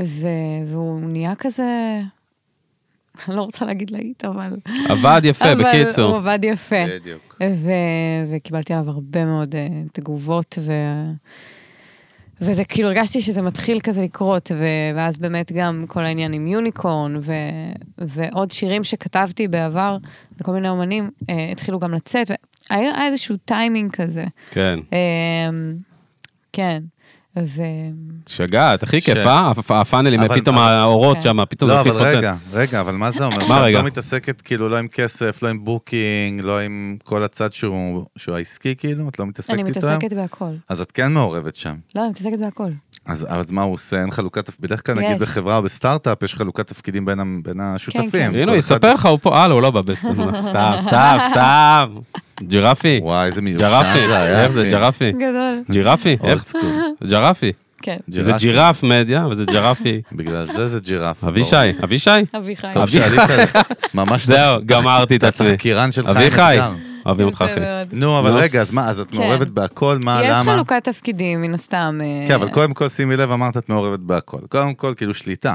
Speaker 4: ו... והוא נהיה כזה אני לא רוצה להגיד להיט, אבל...
Speaker 2: עבד יפה,
Speaker 4: אבל הוא
Speaker 2: בקיצור.
Speaker 4: עבד יפה.
Speaker 1: בדיוק.
Speaker 4: ו- וקיבלתי עליו הרבה מאוד אה, תגובות, ו... וזה כאילו הרגשתי שזה מתחיל כזה לקרות, ו- ואז באמת גם כל העניין עם יוניקורן, ו- ועוד שירים שכתבתי בעבר לכל מיני אומנים, אה, התחילו גם לצאת, והיה היה איזשהו טיימינג כזה.
Speaker 2: כן.
Speaker 4: אה, כן, ו...
Speaker 2: שגעת, הכי
Speaker 1: ש-
Speaker 2: כיף, אה? הפ- הפאנלים,
Speaker 1: אבל-
Speaker 2: פתאום
Speaker 1: אבל-
Speaker 2: האורות
Speaker 4: כן.
Speaker 2: שם, פתאום זה
Speaker 1: לא, אבל
Speaker 2: מתפוצץ.
Speaker 1: רגע, רגע, אבל מה זה אומר?
Speaker 2: מה רגע?
Speaker 1: שאת לא מתעסקת כאילו לא עם כסף, לא עם בוקינג, לא עם כל הצד שהוא שהוא העסקי כאילו? את לא מתעסקת
Speaker 4: אני
Speaker 1: איתו?
Speaker 4: מתעסקת בהכל.
Speaker 1: אז את כן מעורבת שם.
Speaker 4: לא, אני מתעסקת בהכל.
Speaker 1: אז, אז מה הוא עושה? אין חלוקת תפקידים? בדרך כלל
Speaker 4: יש.
Speaker 1: נגיד בחברה או בסטארט-אפ יש חלוקת תפקידים בין, ה- בין השותפים.
Speaker 4: כן.
Speaker 1: כל
Speaker 2: הנה, הוא
Speaker 1: אחד-
Speaker 2: יספר לך, הוא פה, אה, לא, הוא לא בא בעצם. סתם, סתם, סתם. ג'ירפי,
Speaker 1: וואי, איזה מיושן
Speaker 2: ג'רפי,
Speaker 1: זה היה.
Speaker 2: איך זה
Speaker 1: אחי.
Speaker 2: ג'רפי?
Speaker 4: גדול.
Speaker 2: ג'ירפי,
Speaker 1: Old
Speaker 2: איך?
Speaker 1: school.
Speaker 2: ג'רפי.
Speaker 4: כן.
Speaker 2: זה
Speaker 1: ג'ירפי.
Speaker 2: ג'ירף מדיה, וזה ג'רפי.
Speaker 1: בגלל זה זה ג'ירף. ברור.
Speaker 2: אבישי, אבישי?
Speaker 4: אביחי.
Speaker 1: טוב
Speaker 2: אביחי.
Speaker 1: שעלית, על- ממש
Speaker 2: זהו, גמרתי את עצמי.
Speaker 1: התחקירן שלך.
Speaker 2: אביחי,
Speaker 1: נהדר.
Speaker 2: אוהבים אותך אחי.
Speaker 4: יפה מאוד.
Speaker 1: נו, אבל
Speaker 2: נו.
Speaker 1: רגע, אז מה, אז את
Speaker 4: כן.
Speaker 1: מעורבת בהכל? מה,
Speaker 4: יש
Speaker 1: אה, למה?
Speaker 4: חלוקת תפקידים, מן הסתם. אה,
Speaker 1: כן, אבל קודם כל, שימי לב, אמרת את מעורבת בהכל. קודם כל, כאילו שליטה.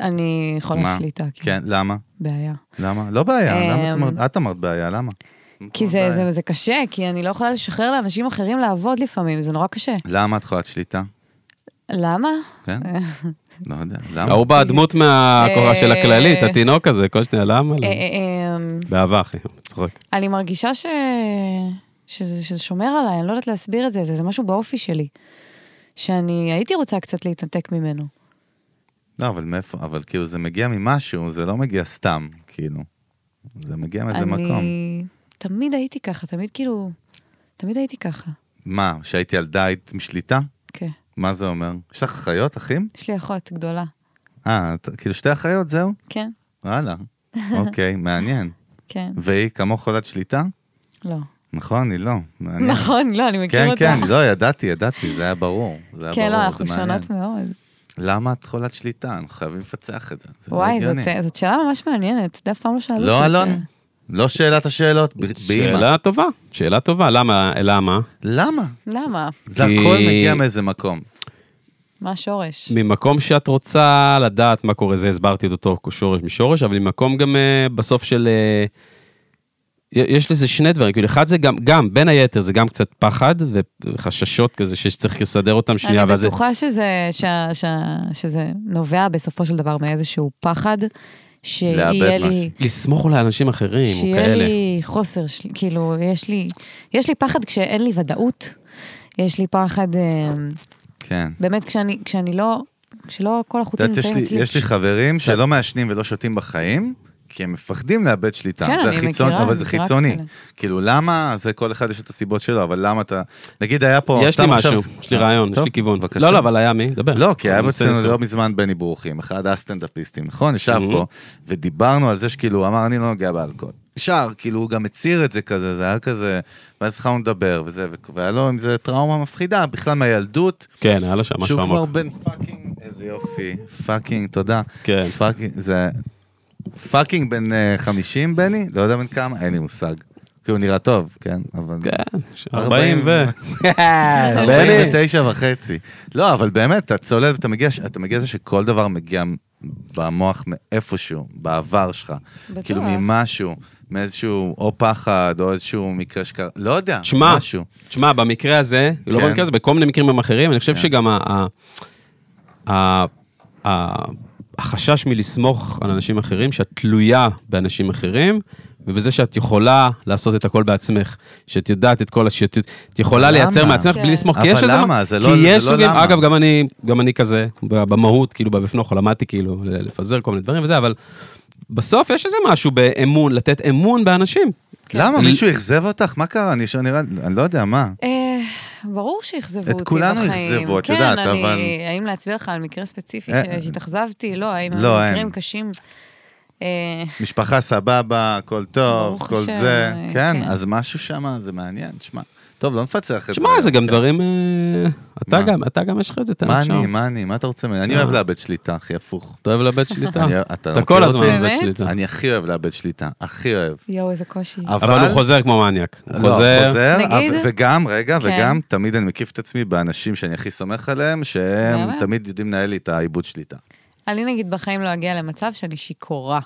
Speaker 4: אני חולת
Speaker 1: מה?
Speaker 4: שליטה, כאילו.
Speaker 1: כן, למה?
Speaker 4: בעיה.
Speaker 1: למה? לא בעיה, למה את
Speaker 4: אמ,
Speaker 1: אמרת? את אמרת בעיה, למה?
Speaker 4: כי זה,
Speaker 1: בעיה.
Speaker 4: זה, זה קשה, כי אני לא יכולה לשחרר לאנשים אחרים לעבוד לפעמים, זה נורא קשה.
Speaker 1: למה את חולת שליטה?
Speaker 4: למה?
Speaker 1: כן? לא יודע, למה?
Speaker 2: ההוא בדמות מהכורה של
Speaker 4: אה,
Speaker 2: הכללית, התינוק הזה, כל שנייה, למה? לא?
Speaker 4: אה, אה, אה,
Speaker 2: באהבה, אחי, צחוק.
Speaker 4: אני מרגישה ש... שזה, שזה שומר עליי, אני לא יודעת להסביר את זה, זה, זה משהו באופי שלי. שאני הייתי רוצה קצת להתנתק ממנו.
Speaker 1: לא, אבל מאיפה? אבל כאילו זה מגיע ממשהו, זה לא מגיע סתם, כאילו. זה מגיע מאיזה
Speaker 4: אני...
Speaker 1: מקום.
Speaker 4: תמיד הייתי ככה, תמיד כאילו... תמיד הייתי ככה.
Speaker 1: מה, כשהיית ילדה היית משליטה?
Speaker 4: כן.
Speaker 1: מה זה אומר? יש לך אחיות, אחים?
Speaker 4: יש לי אחות גדולה.
Speaker 1: אה, את- כאילו שתי אחיות, זהו?
Speaker 4: כן?
Speaker 1: וואלה. אוקיי, מעניין.
Speaker 4: כן.
Speaker 1: והיא כמוך חולת שליטה?
Speaker 4: לא.
Speaker 1: נכון, היא לא. מעניין.
Speaker 4: נכון, לא, אני מכיר
Speaker 1: כן,
Speaker 4: אותה.
Speaker 1: כן, לא, ידעתי, ידעתי, זה היה ברור. זה היה
Speaker 4: כן, לא,
Speaker 1: ברור,
Speaker 4: אנחנו
Speaker 1: זה מעניין.
Speaker 4: שונות מאוד.
Speaker 1: למה את חולת שליטה? אנחנו חייבים לפצח את זה. זה לא
Speaker 4: וואי, זאת,
Speaker 1: הגיוני.
Speaker 4: זאת שאלה ממש מעניינת, זה אף פעם לא שאלו אותי את
Speaker 1: לא,
Speaker 4: זה.
Speaker 1: אלון, לא שאלת השאלות, ב- באימא.
Speaker 2: שאלה טובה, שאלה טובה, למה? למה?
Speaker 1: למה?
Speaker 4: למה?
Speaker 1: זה
Speaker 2: כי-
Speaker 1: הכל מגיע מאיזה מקום.
Speaker 4: מה השורש?
Speaker 2: ממקום שאת רוצה לדעת מה קורה, זה הסברתי את אותו שורש משורש, אבל ממקום גם אה, בסוף של... אה, יש לזה שני דברים, כאילו אחד זה גם, גם, בין היתר זה גם קצת פחד וחששות כזה שצריך לסדר אותם שנייה,
Speaker 4: אני
Speaker 2: ואז זה-
Speaker 4: בטוחה שזה, ש, ש, שזה נובע בסופו של דבר מאיזשהו פחד, שיהיה
Speaker 1: לאבד
Speaker 4: לי,
Speaker 2: לסמוך על אנשים אחרים, או
Speaker 4: שיהיה
Speaker 2: כאלה.
Speaker 4: לי חוסר, של- כאילו, יש לי, יש לי פחד כשאין לי ודאות, יש לי פחד, אה,
Speaker 1: כן.
Speaker 4: באמת, כשאני, כשאני לא, כשלא כל
Speaker 1: את
Speaker 4: החוטים
Speaker 1: יודעת, יש
Speaker 4: נמצאים
Speaker 1: לי-
Speaker 4: אצלי.
Speaker 1: יש לי חברים שלא מעשנים ולא שותים בחיים, כי הם מפחדים לאבד שליטה.
Speaker 4: כן,
Speaker 1: זה
Speaker 4: אני
Speaker 1: החיצון-
Speaker 4: מכירה,
Speaker 1: אבל זה
Speaker 4: מכירה
Speaker 1: חיצוני.
Speaker 4: כאלה.
Speaker 1: כאילו, למה? זה כל אחד יש את הסיבות שלו, אבל למה אתה... נגיד, היה פה...
Speaker 2: יש לי
Speaker 1: סתם עכשיו-
Speaker 2: משהו, יש לי רעיון, יש
Speaker 1: טוב,
Speaker 2: לי כיוון.
Speaker 1: בבקשה.
Speaker 2: לא, לא, אבל היה מי, דבר.
Speaker 1: לא, כי היה
Speaker 2: אני מנסה
Speaker 1: אצלנו
Speaker 2: לזכור.
Speaker 1: לא מזמן בני ברוכים, אחד הסטנדאפיסטים, נכון? ישב
Speaker 2: Mhm.
Speaker 1: פה, ודיברנו על זה שכאילו, הוא אמר, אני לא נוגע באלכוהול. ישר, כאילו, הוא גם הצהיר את זה כזה, זה היה כזה, ואז התחלנו לדבר, וזה, ו- והיה לו עם זה טראומה מפחידה, בכלל מהילדות,
Speaker 2: כן, היה לו שם משהו
Speaker 1: שהוא כבר
Speaker 2: עמוק.
Speaker 1: בן פאקינג, איזה יופי, פאקינג, תודה.
Speaker 2: כן.
Speaker 1: פאקינג, זה... פאקינג בן אה, 50, בני? לא יודע בן כמה, אין לי מושג. כי הוא נראה טוב, כן, אבל...
Speaker 2: כן, ש- 40
Speaker 1: 40
Speaker 2: ו... בני.
Speaker 1: 49 וחצי. לא, אבל באמת, אתה צולל, אתה מגיע, אתה מגיע לזה שכל דבר מגיע במוח מאיפשהו, בעבר שלך.
Speaker 4: בטוח.
Speaker 1: כאילו ממשהו, מאיזשהו או פחד, או איזשהו מקרה שקרה, לא יודע,
Speaker 2: תשמע,
Speaker 1: משהו.
Speaker 2: תשמע, במקרה הזה, לא
Speaker 1: כן.
Speaker 2: במקרה הזה, בכל מיני מקרים גם אחרים, אני חושב שגם ה- ה- ה- ה- החשש מלסמוך על אנשים אחרים, שאת תלויה באנשים אחרים, ובזה שאת יכולה לעשות את הכל בעצמך, שאת יודעת את כל, ה- שאת את יכולה
Speaker 1: אבל
Speaker 2: לייצר
Speaker 1: למה?
Speaker 2: מעצמך
Speaker 4: כן.
Speaker 2: בלי לסמוך, כי
Speaker 1: אבל
Speaker 2: יש איזה...
Speaker 1: למה? זה לא-
Speaker 2: כי
Speaker 1: זה
Speaker 2: יש
Speaker 1: לא
Speaker 2: סוגים,
Speaker 1: למה.
Speaker 2: אגב, גם אני, גם אני כזה, ב- במהות, כאילו, בפנוכו, למדתי כאילו ל- לפזר כל מיני דברים וזה, אבל בסוף יש איזה משהו באמון, לתת אמון באנשים.
Speaker 4: כן.
Speaker 1: למה?
Speaker 2: אני-
Speaker 1: מישהו אכזב אותך? מה קרה? אני שאני נראה- אני לא יודע, מה?
Speaker 4: אה, ברור שאכזבו אותי
Speaker 1: את
Speaker 4: בחיים.
Speaker 1: כולנו אכזבו, את יודעת,
Speaker 4: כן,
Speaker 1: אבל-
Speaker 4: אני... האם להצביע לך על מקרה ספציפי
Speaker 1: אה,
Speaker 4: ש- שהתאכזבתי? לא, האם
Speaker 1: לא,
Speaker 4: היו מקרים
Speaker 1: אין.
Speaker 4: קשים? אה,
Speaker 1: משפחה סבבה, הכל טוב,
Speaker 4: ברוך
Speaker 1: כל
Speaker 4: השם,
Speaker 1: זה.
Speaker 4: אה,
Speaker 1: כן,
Speaker 4: כן.
Speaker 1: אז משהו שם, זה מעניין, תשמע. טוב, לא נפצח את זה.
Speaker 2: תשמע, זה גם
Speaker 1: כן.
Speaker 2: דברים... אה, אתה
Speaker 1: מה?
Speaker 2: גם, אתה גם יש לך את זה, תן
Speaker 1: מה
Speaker 2: עכשיו.
Speaker 1: אני, מה אני, מה אתה רוצה ממני? אני
Speaker 2: אה.
Speaker 1: אוהב לאבד שליטה, אחי, הפוך.
Speaker 2: אתה אוהב לאבד שליטה.
Speaker 1: אני- אתה לא
Speaker 2: אתה כל
Speaker 1: מכיר
Speaker 2: הזמן
Speaker 1: אותי?
Speaker 2: מאבד
Speaker 4: באמת?
Speaker 2: שליטה.
Speaker 1: אני הכי אוהב לאבד שליטה, הכי אוהב.
Speaker 4: יואו, איזה קושי.
Speaker 2: אבל הוא חוזר כמו מניאק. הוא
Speaker 1: לא,
Speaker 2: חוזר...
Speaker 1: חוזר,
Speaker 4: נגיד-
Speaker 1: אבל- וגם, רגע,
Speaker 4: כן.
Speaker 1: וגם, תמיד אני מקיף את עצמי באנשים שאני הכי סומך עליהם, שהם
Speaker 4: באמת?
Speaker 1: תמיד יודעים לנהל לי את העיבוד שליטה.
Speaker 4: אני נגיד בחיים לא אגיע למצב שאני שיכורה.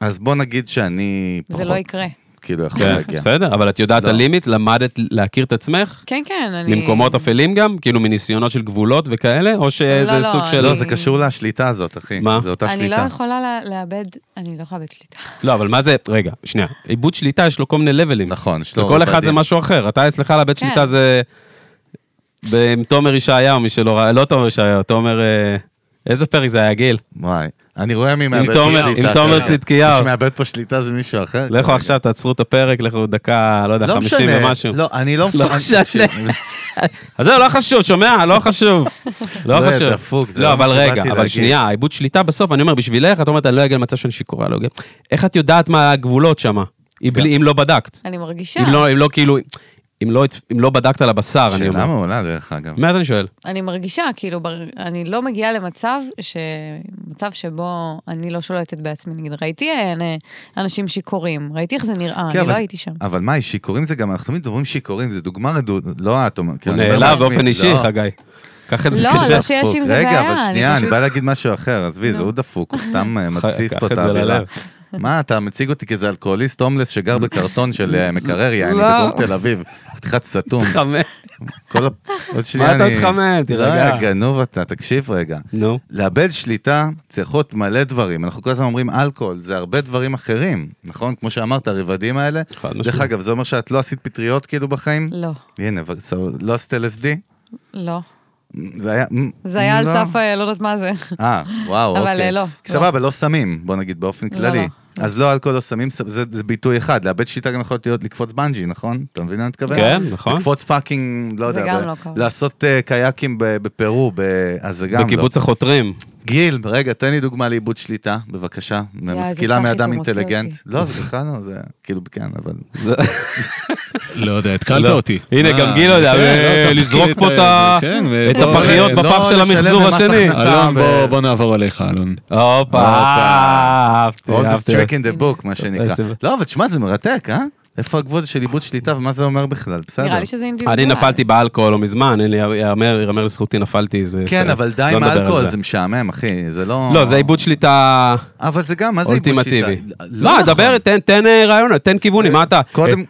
Speaker 1: אז בוא נגיד שאני
Speaker 4: זה
Speaker 1: פחות...
Speaker 4: לא יקרה.
Speaker 1: כאילו, יכול
Speaker 2: כן,
Speaker 1: להגיע.
Speaker 2: בסדר, אבל את יודעת
Speaker 1: לא.
Speaker 2: הלימיט, למדת להכיר את עצמך?
Speaker 4: כן, כן, אני...
Speaker 2: ממקומות אפלים גם? כאילו מניסיונות של גבולות וכאלה? או שזה
Speaker 4: לא,
Speaker 2: סוג של...
Speaker 1: לא,
Speaker 4: אני-
Speaker 1: זה קשור לשליטה הזאת, אחי.
Speaker 2: מה?
Speaker 1: זה אותה
Speaker 4: אני לא
Speaker 1: שליטה.
Speaker 4: יכולה לה- לאבד, אני לא יכולה לאבד שליטה.
Speaker 2: לא, אבל מה זה... רגע, שנייה. עיבוד שליטה, יש לו כל מיני לבלים.
Speaker 1: נכון, יש לו
Speaker 2: לכל אחד זה
Speaker 1: רבדים.
Speaker 2: משהו אחר. אתה אצלך לבית
Speaker 4: כן.
Speaker 2: שליטה זה... ב- עם תומר ישעיהו, מי שלא ראה... לא תומר ישעיהו, תומר... אה, איזה פרק זה היה, גיל?
Speaker 1: וואי. אני רואה מי מאבד פה
Speaker 2: תומר-
Speaker 1: שליטה.
Speaker 2: עם תומר
Speaker 1: כרגע.
Speaker 2: צדקיהו.
Speaker 1: מי שמאבד פה שליטה זה מישהו אחר.
Speaker 2: לכו
Speaker 1: כרגע.
Speaker 2: עכשיו, תעצרו את הפרק, לכו דקה, לא יודע,
Speaker 1: לא
Speaker 2: 50
Speaker 1: משנה.
Speaker 2: ומשהו.
Speaker 1: לא, אני לא...
Speaker 2: לא
Speaker 1: מפ-
Speaker 2: משנה. אז זהו, לא חשוב, שומע? לא חשוב.
Speaker 1: לא,
Speaker 2: לא חשוב.
Speaker 1: דפוק, זה
Speaker 2: לא,
Speaker 1: לא
Speaker 2: אבל
Speaker 1: מה
Speaker 2: רגע,
Speaker 1: שבאתי
Speaker 2: אבל
Speaker 1: להגיד.
Speaker 2: שנייה, עיבוד שליטה בסוף, אני אומר, בשבילך, את אומרת, אני לא אגיע למצב שאני שיכורה, לא אגיע. איך את יודעת מה הגבולות שם? אם בלי- אם לא בדקת.
Speaker 4: אני מרגישה,
Speaker 2: אם לא, אם לא, כאילו, אם לא, אם לא בדקת על הבשר, אני
Speaker 1: שאלה
Speaker 2: אומר.
Speaker 1: מעולה, דרך אגב.
Speaker 2: באמת אני שואל.
Speaker 4: אני מרגישה, כאילו, בר- אני לא מגיעה למצב ש... מצב שבו אני לא שולטת בעצמי. נגיד, ראיתי אה, אה, אנשים שיכורים, ראיתי איך זה נראה,
Speaker 1: כן,
Speaker 4: אני
Speaker 1: אבל-
Speaker 4: לא הייתי שם.
Speaker 1: אבל מה, שיכורים זה גם, אנחנו תמיד אומרים שיכורים, זה דוגמה רדוד, לא את אומרת.
Speaker 2: הוא
Speaker 1: כאילו, אני אומר
Speaker 2: נעלב
Speaker 1: לעצמי,
Speaker 2: באופן אישי,
Speaker 1: לא.
Speaker 2: חגי. קח את זה
Speaker 4: לא,
Speaker 2: קשה.
Speaker 4: לא שיש עם זה בעיה.
Speaker 1: רגע, אבל
Speaker 4: אני
Speaker 1: שנייה, אני
Speaker 4: פשוט-
Speaker 1: בא להגיד משהו אחר, עזבי,
Speaker 4: נו.
Speaker 1: זה הוא דפוק, הוא סתם אה,
Speaker 2: ח-
Speaker 1: מתסיס
Speaker 2: קח
Speaker 1: פה
Speaker 2: את
Speaker 1: את
Speaker 2: זה
Speaker 1: האווירה.
Speaker 2: ללב.
Speaker 1: מה, אתה מציג אותי כאיזה אלכוהוליסט הומלס שגר בקרטון של אה, מקרר, יעני,
Speaker 2: לא.
Speaker 1: בדרום תל אביב. חתיכת סתום.
Speaker 2: תתחמם.
Speaker 1: כל ה... עוד שנייה
Speaker 2: אתה
Speaker 1: אני-
Speaker 2: מתחמם? תירגע.
Speaker 1: לא, גנוב אתה, תקשיב רגע.
Speaker 2: נו.
Speaker 1: לאבד שליטה צריך להיות מלא דברים. אנחנו כל הזמן אומרים אלכוהול, זה הרבה דברים אחרים, נכון? כמו שאמרת, הרבדים האלה.
Speaker 2: חד משמעית.
Speaker 1: דרך אגב, זה אומר שאת לא עשית פטריות כאילו בחיים?
Speaker 4: לא,
Speaker 1: הנה, אבל זה- לא עשית LSD?
Speaker 4: לא.
Speaker 1: זה היה...
Speaker 4: זה היה על
Speaker 1: לא.
Speaker 4: סף, ה- לא יודעת מה זה.
Speaker 1: אה, וואו,
Speaker 4: אבל,
Speaker 1: אוקיי.
Speaker 4: אה, לא,
Speaker 1: סבבה, לא סמים, בוא נגיד באופן
Speaker 4: לא,
Speaker 1: כללי.
Speaker 4: לא.
Speaker 1: אז לא אלכוהול, לא סמים, ס- זה זה ביטוי אחד. לאבד שליטה גם יכול להיות לקפוץ בנג'י, נכון? אתה מבין מה אני מתכוון?
Speaker 2: כן, נכון.
Speaker 1: לקפוץ פאקינג, לא
Speaker 4: זה
Speaker 1: יודע.
Speaker 4: גם
Speaker 1: ב-
Speaker 4: לא קרה. לעשות
Speaker 1: לעשות אה, קייקים ב- בפרו, ב- אז זה גם לא.
Speaker 2: בקיבוץ החותרים.
Speaker 1: גיל, רגע, תן לי דוגמה לאיבוד שליטה, בבקשה.
Speaker 4: איזה
Speaker 1: משכילה
Speaker 4: סאחי,
Speaker 1: מאדם
Speaker 4: אתה מוציא
Speaker 1: אינטליגנט.
Speaker 4: אותי.
Speaker 1: לא, זה בכלל לא, זה כאילו, כן, אבל...
Speaker 2: זה-
Speaker 3: לא יודע, התקלת
Speaker 2: לא.
Speaker 3: אותי.
Speaker 2: הנה,
Speaker 3: מה?
Speaker 2: גם גיל לא יודע,
Speaker 3: כן,
Speaker 2: אה,
Speaker 3: צריך
Speaker 2: לזרוק
Speaker 3: את
Speaker 2: פה
Speaker 3: ה-
Speaker 2: את ה-
Speaker 3: כן,
Speaker 2: את
Speaker 3: ובוא-
Speaker 2: הפחיות
Speaker 1: לא
Speaker 2: בפח של
Speaker 1: לשלם
Speaker 2: המחזור
Speaker 1: במס
Speaker 2: השני.
Speaker 1: הכנסה.
Speaker 3: אלון,
Speaker 1: ו-
Speaker 3: בוא- בוא נעבור עליך, אלון.
Speaker 2: הופה,
Speaker 1: אוקיי,
Speaker 2: אהבתי,
Speaker 1: All this
Speaker 2: אהבתי.
Speaker 1: trick in the book, מה שנקרא.
Speaker 2: איזה-
Speaker 1: לא, אבל תשמע, זה מרתק, אה? איפה הגבול של איבוד שליטה ומה זה אומר בכלל? בסדר.
Speaker 4: נראה לי שזה אינדיבידואל.
Speaker 2: אני נפלתי באלכוהול לא מזמן, אין לי- יאמר יאמר לזכותי, נפלתי. זה-
Speaker 1: כן,
Speaker 2: זה-
Speaker 1: אבל די
Speaker 2: לא
Speaker 1: עם
Speaker 2: נדבר על
Speaker 1: האלכוהול,
Speaker 2: זה
Speaker 1: זה משעמם, אחי, זה לא...
Speaker 2: לא, זה עיבוד שליטה
Speaker 1: אבל זה גם, מה זה עיבוד שליטה?
Speaker 2: אולטימטיבי.
Speaker 1: לא,
Speaker 2: לא,
Speaker 1: נכון.
Speaker 2: דבר, תן- תן אה, רעיון, תן כיוונים, מה אתה?
Speaker 1: קודם-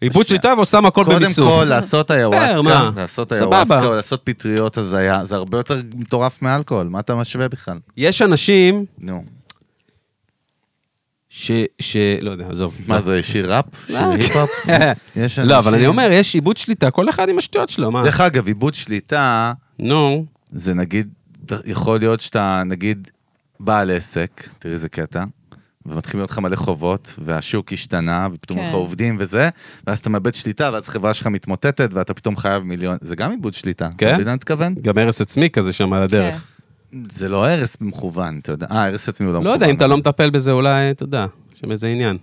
Speaker 2: עיבוד שליטה ועושה הכל
Speaker 1: קודם
Speaker 2: בניסוך.
Speaker 1: כל, לעשות
Speaker 2: מה?
Speaker 1: ayahuasca, לעשות
Speaker 2: סבבה.
Speaker 1: ayahuasca, או לעשות פטריות הזיה, זה הרבה יותר מטורף מאלכוהול, מה אתה משווה בכלל?
Speaker 2: יש אנשים
Speaker 1: נו.
Speaker 2: ש... ש... לא יודע, עזוב.
Speaker 1: מה זה, שיר ראפ? שיר היפ-הופ? יש
Speaker 2: לא, אבל
Speaker 1: אנשים-
Speaker 2: אני אומר, יש עיבוד שליטה, כל אחד עם השטויות שלו, מה?
Speaker 1: דרך אגב, עיבוד שליטה,
Speaker 2: נו,
Speaker 1: זה נגיד, יכול להיות שאתה, נגיד, בעל עסק, תראי איזה קטע, ומתחילים להיות לך מלא חובות, והשוק השתנה, ופתאום
Speaker 4: כן.
Speaker 1: אין לך עובדים וזה, ואז אתה מאבד שליטה, ואז החברה שלך מתמוטטת, ואתה פתאום חייב מיליון, זה גם עיבוד שליטה.
Speaker 2: כן?
Speaker 1: אתה מבין מה אני מתכוון?
Speaker 2: גם הרס עצמי כזה שם על הדרך.
Speaker 4: כן.
Speaker 1: זה לא הרס במכוון, אתה יודע. אה, הרס עצמי הוא לא
Speaker 2: לא
Speaker 1: מכוון.
Speaker 2: יודע, אם אתה לא מטפל בזה, אולי, אתה יודע, יש שם איזה עניין.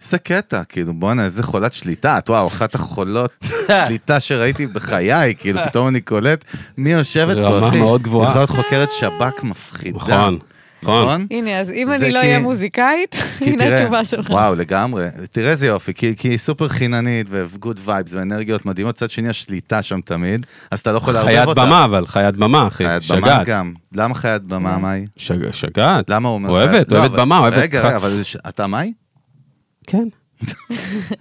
Speaker 1: זה קטע, כאילו, בואנה, איזה חולת שליטה. את וואו, אחת החולות שליטה שראיתי בחיי, כאילו, פתאום אני קולט מי יושבת פה, אחי.
Speaker 2: רמה מאוד גבוהה.
Speaker 1: יכולה להיות חוקרת שב"כ מפחידה.
Speaker 2: נכון, נכון.
Speaker 4: הנה, אז אם
Speaker 1: זה
Speaker 4: אני לא
Speaker 1: כי-
Speaker 4: אהיה מוזיקאית,
Speaker 1: כי
Speaker 4: הנה
Speaker 1: תראה,
Speaker 4: התשובה שלך.
Speaker 1: וואו, לגמרי. תראה איזה יופי, כי כי היא סופר חיננית וגוד וייבס ואנרגיות מדהימות. צד שני, השליטה שם תמיד, אז אתה לא יכול לערבב
Speaker 2: חיית
Speaker 1: אותה.
Speaker 2: במה, אבל, חיית במה, אחי.
Speaker 1: חיית במה
Speaker 2: שגעת.
Speaker 1: גם. למה חיית
Speaker 4: כן.
Speaker 1: במה, מאי?
Speaker 2: שג- שגעת.
Speaker 1: למה הוא אומר
Speaker 2: אוהבת,
Speaker 1: חיית- לא,
Speaker 2: אוהבת
Speaker 1: אבל-
Speaker 2: במה, אוהבת...
Speaker 1: רגע,
Speaker 2: ח-
Speaker 1: רגע, אבל ש- אתה מאי?
Speaker 2: כן,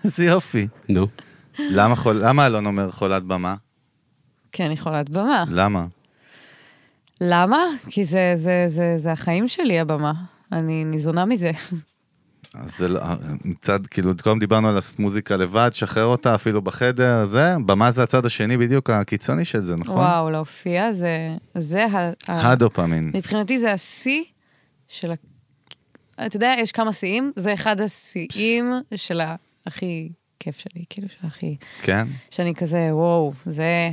Speaker 1: איזה יופי.
Speaker 2: נו.
Speaker 1: למה חול- למה אלון אומר חולת במה?
Speaker 4: כן, אני חולת במה.
Speaker 1: למה?
Speaker 4: למה? כי זה- זה- זה- זה החיים שלי, הבמה. אני ניזונה מזה.
Speaker 1: אז זה לא, מצד, כאילו, קודם דיברנו על לעשות מוזיקה לבד, שחרר אותה אפילו בחדר, זה, במה זה הצד השני בדיוק הקיצוני של זה, נכון?
Speaker 4: וואו, להופיע זה... זה ה... ה-
Speaker 1: הדופמין. כן.
Speaker 4: מבחינתי זה השיא של ה... אתה יודע, יש כמה שיאים, זה אחד השיאים של ה... הכי כיף שלי, כאילו, של הכי...
Speaker 1: כן.
Speaker 4: שאני כזה, וואו, זה...